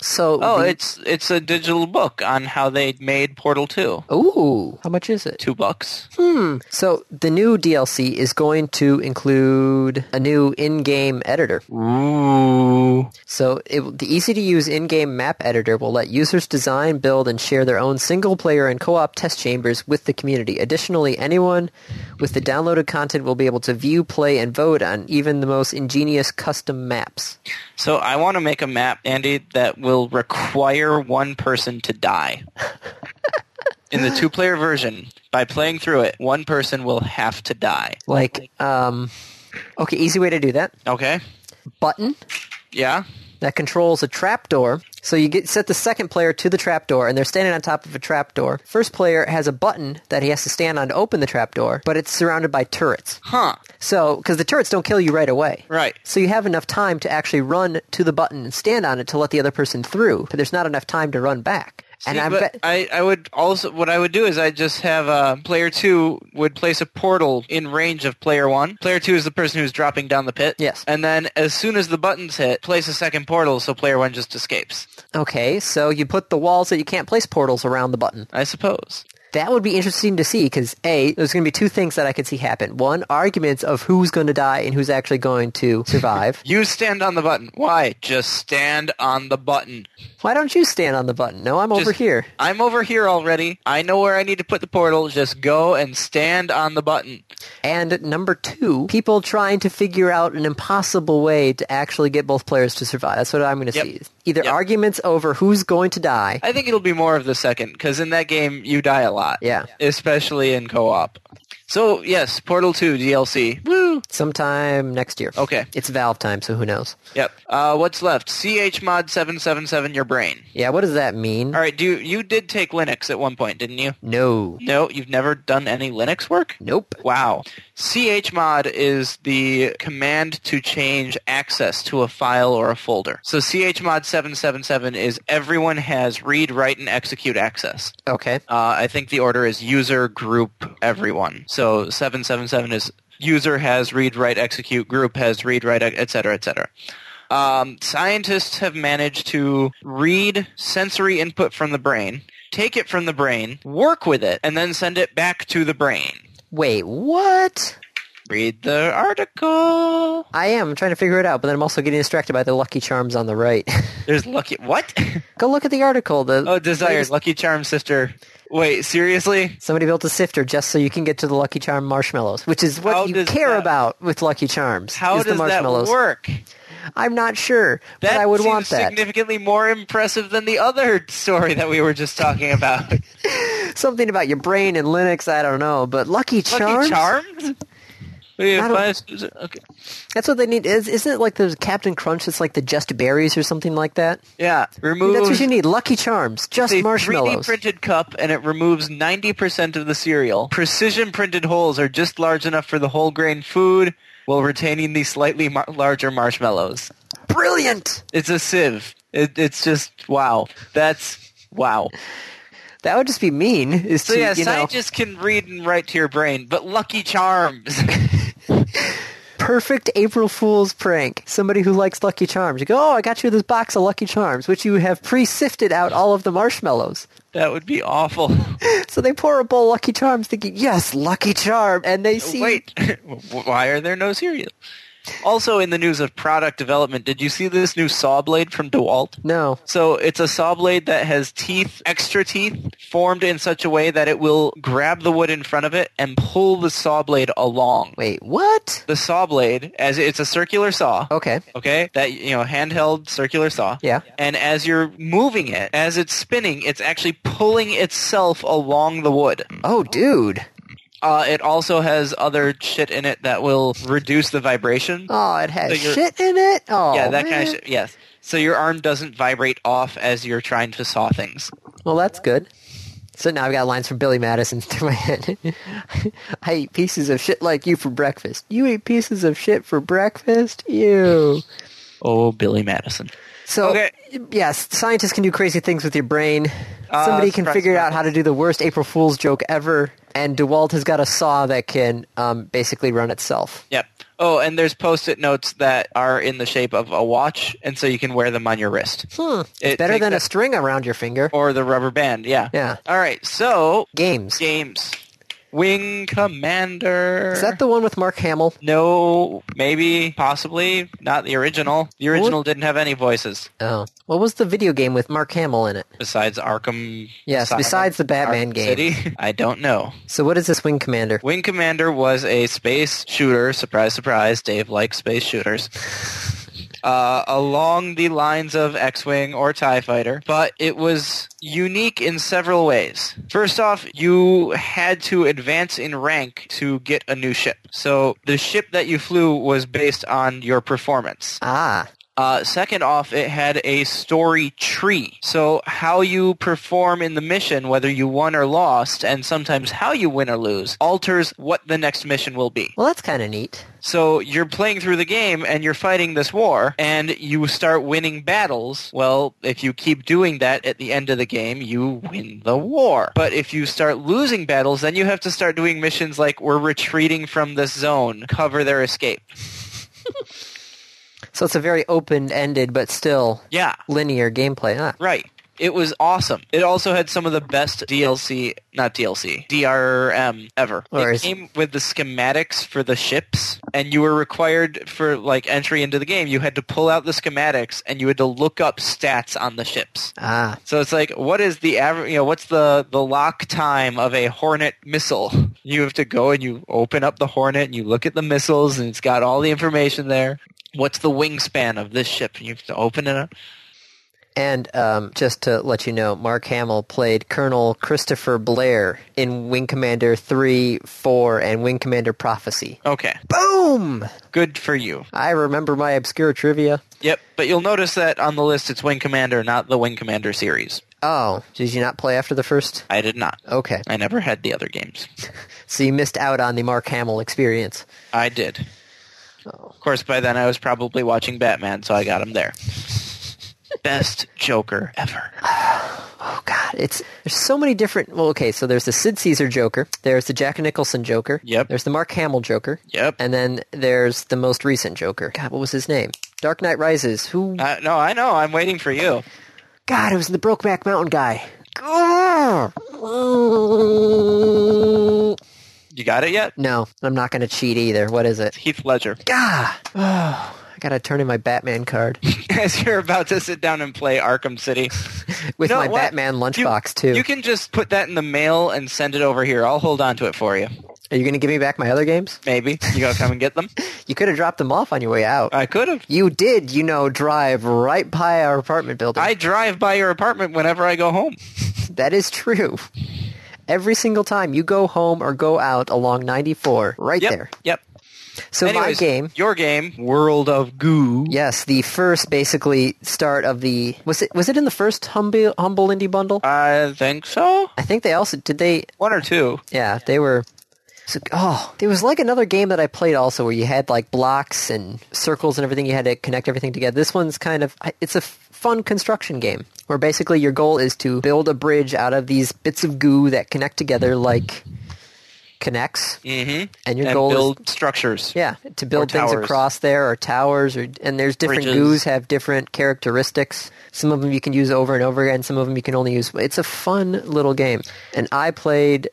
So
Oh,
the-
it's it's a digital book on how they made Portal 2.
Ooh, how much is it?
Two bucks.
So the new DLC is going to include a new in-game editor.
Ooh.
So it, the easy-to-use in-game map editor will let users design, build, and share their own single-player and co-op test chambers with the community. Additionally, anyone with the downloaded content will be able to view, play, and vote on even the most ingenious custom maps.
So I want to make a map, Andy, that will require one person to die. In the two-player version, by playing through it, one person will have to die.
Like, um, okay, easy way to do that:
Okay?
button
Yeah?
that controls a trapdoor. So you get set the second player to the trapdoor, and they're standing on top of a trapdoor. First player has a button that he has to stand on to open the trapdoor, but it's surrounded by turrets.
Huh.
So, because the turrets don't kill you right away.
Right.
So you have enough time to actually run to the button and stand on it to let the other person through, but there's not enough time to run back. and
See,
I'm
but
bet-
I, I would also what I would do is I just have uh, player two would place a portal in range of player one. Player two is the person who's dropping down the pit.
Yes.
And then as soon as the buttons hit, place a second portal so player one just escapes.
okay, so you put the walls that you can't place portals around the button.
I suppose.
That would be interesting to see because a there's going to be two things that I could see happen. One, arguments of who's going to die and who's actually going to survive.
You stand on the button. Why? Just stand on the button.
Why don't you stand on the button? No, I'm over
Just-
here.
I'm over here already. I know where I need to put the portal. Just go and stand on the button.
And number two, people trying to figure out an impossible way to actually get both players to survive. That's what I'm going to
Yep.
see. Either
Yep.
arguments over who's going to die.
I think it'll be more of the second because in that game you die a lot.
Yeah.
especially in co-op. So yes, Portal Two DLC. Woo!
Sometime next year.
Okay.
It's Valve time, so who knows?
Yep. Uh, what's left? CH mod seven seven seven. Your brain.
Yeah, what does that mean?
All right. Do you did take Linux at one point, didn't you?
No.
No, you've never done any Linux work.
Nope.
Wow. chmod is the command to change access to a file or a folder. So chmod 777 is everyone has read, write, and execute access.
Okay.
Uh, I think the order is user, group, everyone. So 777 is user has read, write, execute, group has read, write, etc., cetera, etc. Cetera. Um, scientists have managed to read sensory input from the brain, take it from the brain, work with it, and then send it back to the brain.
Wait, what?
Read the article.
I am trying to figure it out, but then I'm also getting distracted by the Lucky Charms on the right.
There's Lucky. What?
Go look at the article. The
oh, desired
latest-
Lucky Charm sister. Wait, seriously?
Somebody built a sifter just so you can get to the Lucky Charm marshmallows, which is what
How
you
does
care
that-
about with Lucky Charms.
How
is the
does that
marshmallows.
work?
I'm not sure, but
That
I would
seems
want that.
significantly more impressive than the other story that we were just talking about.
Something about your brain and Linux, I don't know, but Lucky Charms.
Lucky Charms? We have
I don't-
five- okay.
That's what they need. Is isn't it like the Captain Crunch? It's like the Just Berries or something like that.
Yeah, remove.
That's what you need. Lucky Charms, just
It's a 3D
marshmallows.
printed cup, and it removes 90% of the cereal. Precision printed holes are just large enough for the whole grain food while retaining the slightly mar- larger marshmallows.
Brilliant.
It's a sieve. It, it's just wow. That's wow.
That would just be mean. Is
So
to
yeah,
you know
scientists can read and write to your brain, but Lucky Charms.
perfect April Fool's prank. Somebody who likes Lucky Charms. You go, oh, I got you this box of Lucky Charms, which you have pre-sifted out all of the marshmallows.
that would be awful.
So they pour a bowl of Lucky Charms, thinking, yes, Lucky Charm, and they see
Wait, why are there no cereal? Also, in the news of product development, did you see this new saw blade from DeWalt?
no.
So it's a saw blade that has teeth, extra teeth, formed in such a way that it will grab the wood in front of it and pull the saw blade along.
Wait, what?
The saw blade, as it's a circular saw,
Okay.
okay that you know handheld circular saw
Yeah.
and as you're moving it as it's spinning it's actually pulling itself along the wood
Oh, dude.
uh, it also has other shit in it that will reduce the vibration
Oh, it has
So you're-
shit in it. Oh,
yeah that kind
man.
of shit yes so your arm doesn't vibrate off as you're trying to saw things
Well, that's good. So now I've got lines from Billy Madison through my head. I eat pieces of shit like you for breakfast. You eat pieces of shit for breakfast? Ew.
oh billy madison
So,
Okay.
yes, scientists can do crazy things with your brain.
Uh,
Somebody can
surprise,
figure out
surprise.
how to do the worst April Fool's joke ever, and DeWalt has got a saw that can um, basically run itself.
yep oh and there's post-it notes that are in the shape of a watch and so you can wear them on your wrist
Hmm. It's
It
better
takes
than a
that-
string around your finger.
or the rubber band yeah
Yeah.
all right so
Games.
Games. Wing Commander.
Is that the one with Mark Hamill?
No, maybe, possibly, not the original. The original
What?
didn't have any voices
Oh. What was the video game with Mark Hamill in it?
besides Arkham.
Yes,
Asylum,
besides the Batman
Arkham
game.
City. I don't know.
So what is this Wing Commander?
Wing Commander was a space shooter. Surprise, surprise. Dave likes space shooters. Uh, along the lines of X-Wing or TIE Fighter, but it was unique in several ways. First off, you had to advance in rank to get a new ship. So the ship that you flew was based on your performance.
Ah.
Uh, second off, it had a story tree. So how you perform in the mission, whether you won or lost, and sometimes how you win or lose, alters what the next mission will be.
Well, that's kind of neat.
So you're playing through the game and you're fighting this war and you start winning battles. Well, if you keep doing that at the end of the game, you win the war. But if you start losing battles, then you have to start doing missions like we're retreating from this zone, cover their escape.
So it's a very open-ended but still
Yeah.
linear gameplay. Ah,
Right. It was awesome. It also had some of the best DLC, not DLC, DRM ever.
Or
it
is-
came with the schematics for the ships, and you were required for like entry into the game. You had to pull out the schematics, and you had to look up stats on the ships.
ah.
So it's like, what is the average? You know, what's the the lock time of a Hornet missile? You have to go and you open up the Hornet and you look at the missiles, and it's got all the information there. What's the wingspan of this ship? And you have to open it up.
And um, just to let you know, Mark Hamill played Colonel Christopher Blair in Wing Commander 3, 4, and Wing Commander Prophecy.
Okay,
Boom!
good for you.
I remember my obscure trivia.
Yep, but you'll notice that on the list it's Wing Commander, not the Wing Commander series.
Oh, did you not play after the first?
I did not.
Okay.
I never had the other games.
So you missed out on the Mark Hamill experience.
I did. Of course, by then I was probably watching Batman, so I got him there. Best Joker ever.
Oh God, it's there's so many different. Well, okay, so there's the Sid Caesar Joker, there's the Jack Nicholson Joker,
Yep.
There's the Mark Hamill Joker,
Yep.
and then there's the most recent Joker. God, what was his name? Dark Knight Rises. Who?
Uh, no, I know. I'm waiting for you.
God, it was the Brokeback Mountain guy.
You got it yet?
No, I'm not going to cheat either. What is it?
Heath Ledger.
Gah! Oh, I gotta turn in my Batman card
As you're about to sit down and play Arkham City.
with
You know
my
what?
Batman
You-
lunchbox too.
You can just put that in the mail and send it over here. I'll hold on to it for you.
Are you gonna give me back my other games?
Maybe. You gotta come and get them?
You could have dropped them off on your way out.
I could have.
You did, you know, drive right by our apartment building.
I drive by your apartment whenever I go home.
that is true. Every single time you go home or go out along 94, right
Yep.
there.
Yep.
So
Anyways,
my game,
Your game. World of Goo.
yes, the first basically start of the was it was it in the first humble humble indie bundle?
I think so.
I think they also did they
One or two.
yeah they were. So, oh, there was like another game that I played also where you had like blocks and circles and everything. You had to connect everything together. This one's kind of I- it's a f- fun construction game where basically your goal is to build a bridge out of these bits of goo that connect together like connects,
Mm-hmm.
and your
And
goal is
build structures.
Yeah, to build things
towers.
across there or towers or and there's different
Bridges.
goos have different characteristics. Some of them you can use over and over again, some of them you can only use. It's a fun little game. And I played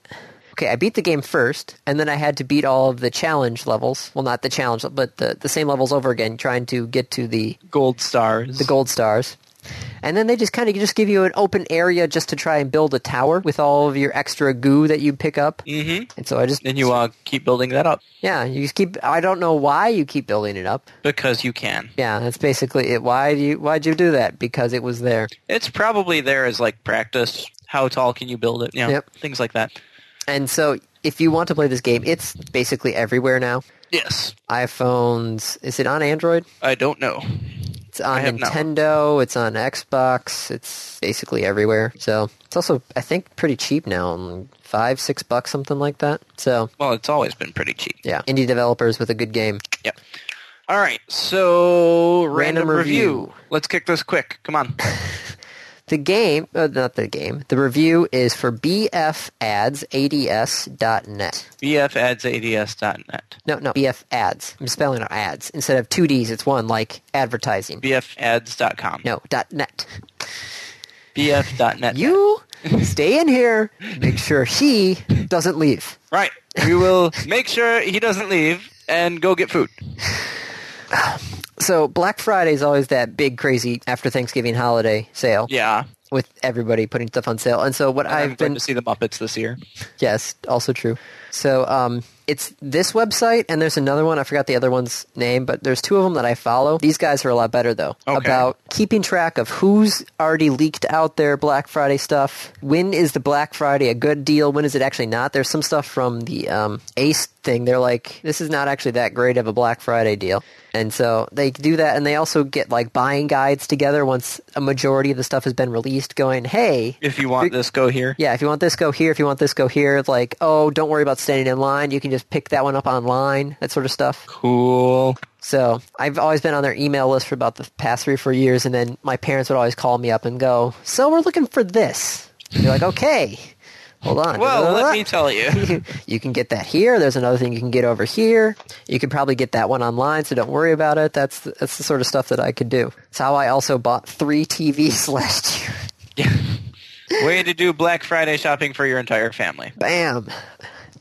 Okay, I beat the game first, and then I had to beat all of the challenge levels. Well, not the challenge, but the, the same levels over again, trying to get to the
Gold stars.
the gold stars. And then they just kind of just give you an open area just to try and build a tower with all of your extra goo that you pick up.
Mm-hmm.
And so I just
Then you uh, keep building that up
yeah, you just keep. I don't know why you keep building it up.
because you can.
Yeah, that's basically it. Why do you why'd you do that? Because it was there.
It's probably there as like practice. How tall can you build it? You know,
Yep.
Things like that.
And so if you want to play this game, it's basically everywhere now.
Yes.
iPhones is it on Android?
I don't know.
It's on
I have not.
Nintendo, it's on Xbox, it's basically everywhere. So it's also I think pretty cheap now, um, five, six bucks, something like that. So
Well, it's always been pretty cheap.
yeah. Indie developers with a good game.
Yep. All right. So random,
Random
review.
review.
Let's kick this quick. Come on.
The game, uh, not the game, the review is for bfads.ads.net.
BFAdsADS.net.
No, no, BF ads. I'm spelling out ads. Instead of two Ds, it's one, like advertising.
BFAds.com.
No, dot net.
BF.net.
You stay in here. Make sure he doesn't leave.
Right. We will make sure he doesn't leave and go get food.
So Black Friday is always that big, crazy after Thanksgiving holiday sale
Yeah.
with everybody putting stuff on sale. And so what
i am
I've
going
been,
to see the Muppets this year.
yes, also true. So um, it's this website and there's another one. I forgot the other one's name, but there's two of them that I follow. These guys are a lot better though
Okay.
about keeping track of who's already leaked out their Black Friday stuff. When is the Black Friday a good deal? When is it actually not? There's some stuff from the um, Ace thing. They're like, this is not actually that great of a Black Friday deal. And so they do that, and they also get like buying guides together once a majority of the stuff has been released, going, hey,
If you want this, go here.
yeah, if you want this, go here. If you want this, go here. It's Like, oh, don't worry about standing in line. You can just pick that one up online, that sort of stuff.
Cool.
So I've always been on their email list for about the past three or four years, and then my parents would always call me up and go, so we're looking for this. And you're like, okay, hold on.
Well, let me tell you.
you can get that here. There's another thing you can get over here. You could probably get that one online, so don't worry about it. That's the, that's the sort of stuff that I could do. It's how I also bought three TVs last year.
Way to do Black Friday shopping for your entire family.
Bam,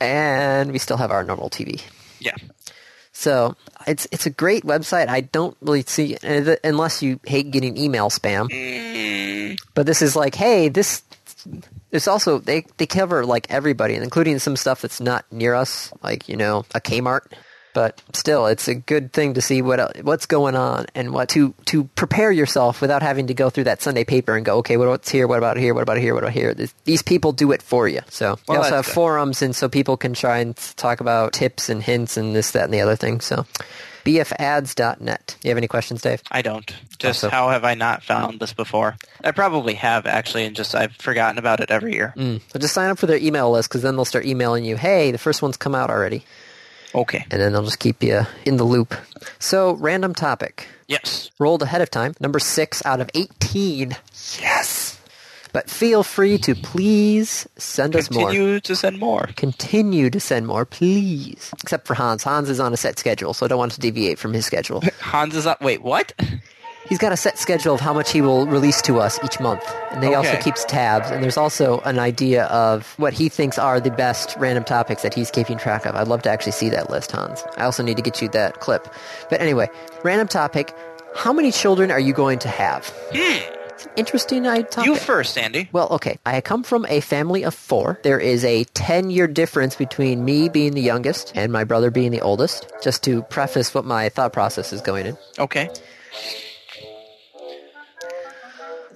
and we still have our normal TV.
Yeah.
So it's it's a great website. I don't really see unless you hate getting email spam. But this is like, hey, this. It's also they they cover like everybody, including some stuff that's not near us, like you know a Kmart. But still, it's a good thing to see what el- what's going on and what to to prepare yourself without having to go through that Sunday paper and go, okay, what, what's here, what about here, what about here, what about here. This, these people do it for you. So we
Well,
also have
that's good.
forums, and so people can try and s- talk about tips and hints and this, that, and the other thing. So bfads.net. You have any questions, Dave?
I don't. Just
Also-
how have I not found this before? I probably have actually, and just I've forgotten about it every year.
So just sign up for their email list because then they'll start emailing you, hey, the first one's come out already.
Okay.
And then they'll just keep you in the loop. So, random topic.
Yes.
Rolled ahead of time, number six out of 18. Yes! But feel free to please send us more.
Continue to send more.
Continue to send more, please. Except for Hans. Hans is on a set schedule, so I don't want to deviate from his schedule.
Hans is up. Wait, what?
He's got a set schedule of how much he will release to us each month, and he also
Okay.
keeps tabs. And there's also an idea of what he thinks are the best random topics that he's keeping track of. I'd love to actually see that list, Hans. I also need to get you that clip. But anyway, random topic: How many children are you going to have? It's an interesting i- topic.
Hmm. You first, Andy.
Well, okay. I come from a family of four. There is a 10 year difference between me being the youngest and my brother being the oldest, just to preface what my thought process is going in.
Okay.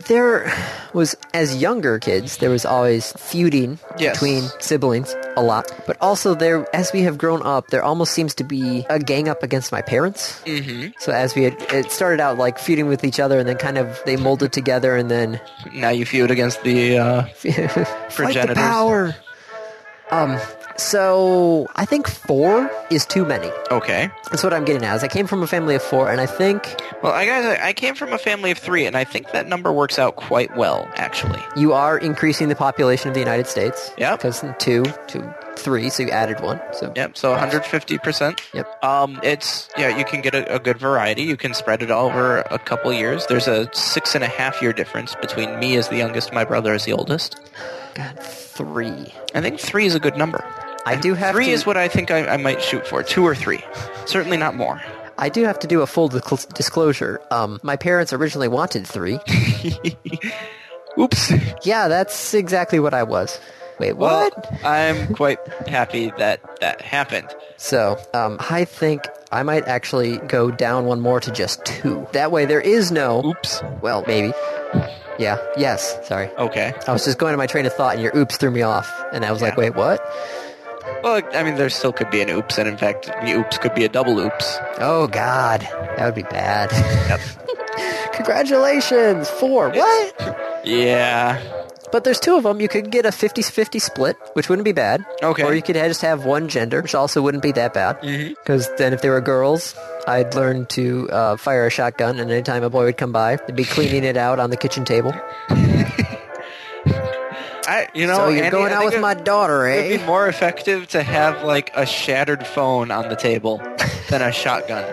there was as younger kids there was always feuding
Yes.
between siblings a lot but also there as we have grown up there almost seems to be a gang up against my parents mm-hmm. so as we had it started out like feuding with each other and then kind of they molded together and then
Now you feud against the. Uh,
fight the
Progenitors.
power um so i think four is too many
okay.
that's what i'm getting at is i came from a family of four and i think
Well, I guys, I came from a family of three, and I think that number works out quite well, actually.
You are increasing the population of the United States.
Yep.
Because from two to three, so you added one. So
Yep. So 150 percent.
Yep.
Um, it's yeah, you can get a, a good variety. You can spread it all over a couple years. There's a six and a half year difference between me as the youngest, and my brother as the oldest.
God, three.
I think three is a good number.
I do have
three
to,
is what I think I, I might shoot for. Two or three, certainly not more.
I do have to do a full discl- disclosure. Um, my parents originally wanted three.
Oops.
yeah, that's exactly what I was. Wait,
Well,
what?
I'm quite happy that that happened.
So um, I think I might actually go down one more to just two. That way, there is no.
Oops.
Well, maybe. Yeah. Yes. Sorry.
Okay.
I was just going to my train of thought, and your oops threw me off, and I was like, "Wait, what?"
Well, I mean, there still could be an oops, and in fact, the oops could be a double oops.
Oh God, that would be bad. Congratulations, four. What?
Yeah.
But there's two of them. You could get a 50-50 split, which wouldn't be bad.
Okay. Mm-hmm.
Or you could ha- just have one gender, which also wouldn't be that bad. Because then, if they were girls, I'd learn to uh, fire a shotgun, and anytime a boy would come by, they'd be cleaning it out on the kitchen table.
I, you know,
so you're
Andy,
going
I
out
think
with
it-
my daughter,
It'd
eh?
be more effective to have like a shattered phone on the table than a shotgun.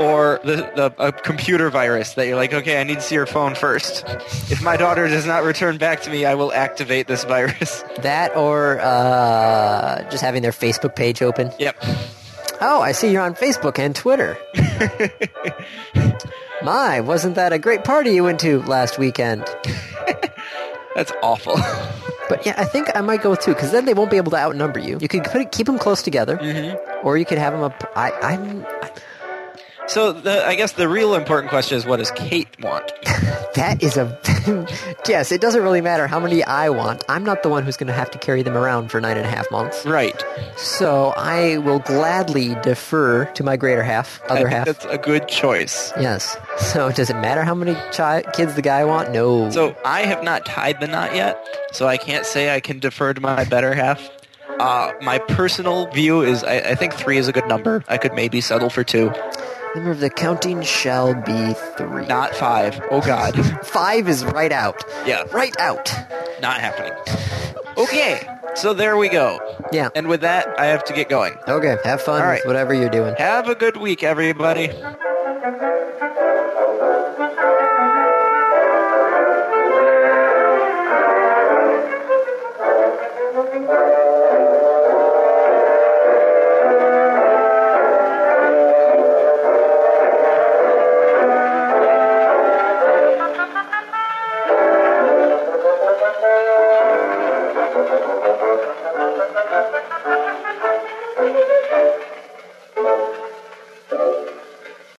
Or the, the a computer virus that you're like, okay, I need to see your phone first. If my daughter does not return back to me, I will activate this virus.
That or uh, just having their Facebook page open.
Yep.
Oh, I see you're on Facebook and Twitter. My, wasn't that a great party you went to last weekend?
That's awful.
But yeah, I think I might go with two because then they won't be able to outnumber you. You could put it, keep them close together,
Mm-hmm.
or you could have them up. I, I'm I,
so the, I guess the real important question is what does Kate want?
that is a yes, it doesn't really matter how many I want. I'm not the one who's going to have to carry them around for nine and a half months.
Right.
So I will gladly defer to my greater half,
I
other
think
half.
That's a good choice.
Yes. So does it matter how many chi- kids the guy want? No.
So I have not tied the knot yet, so I can't say I can defer to my better half. Uh, my personal view is I, I think three is a good number. I could maybe settle for two,
number of the counting shall be three.
not five. Oh God,
Five is right out.
Yeah.
Right out.
not happening. Okay, so there we go.
Yeah.
And with that, I have to get going.
Okay. Have fun
All
with
right.
whatever you're doing.
Have a good week, everybody.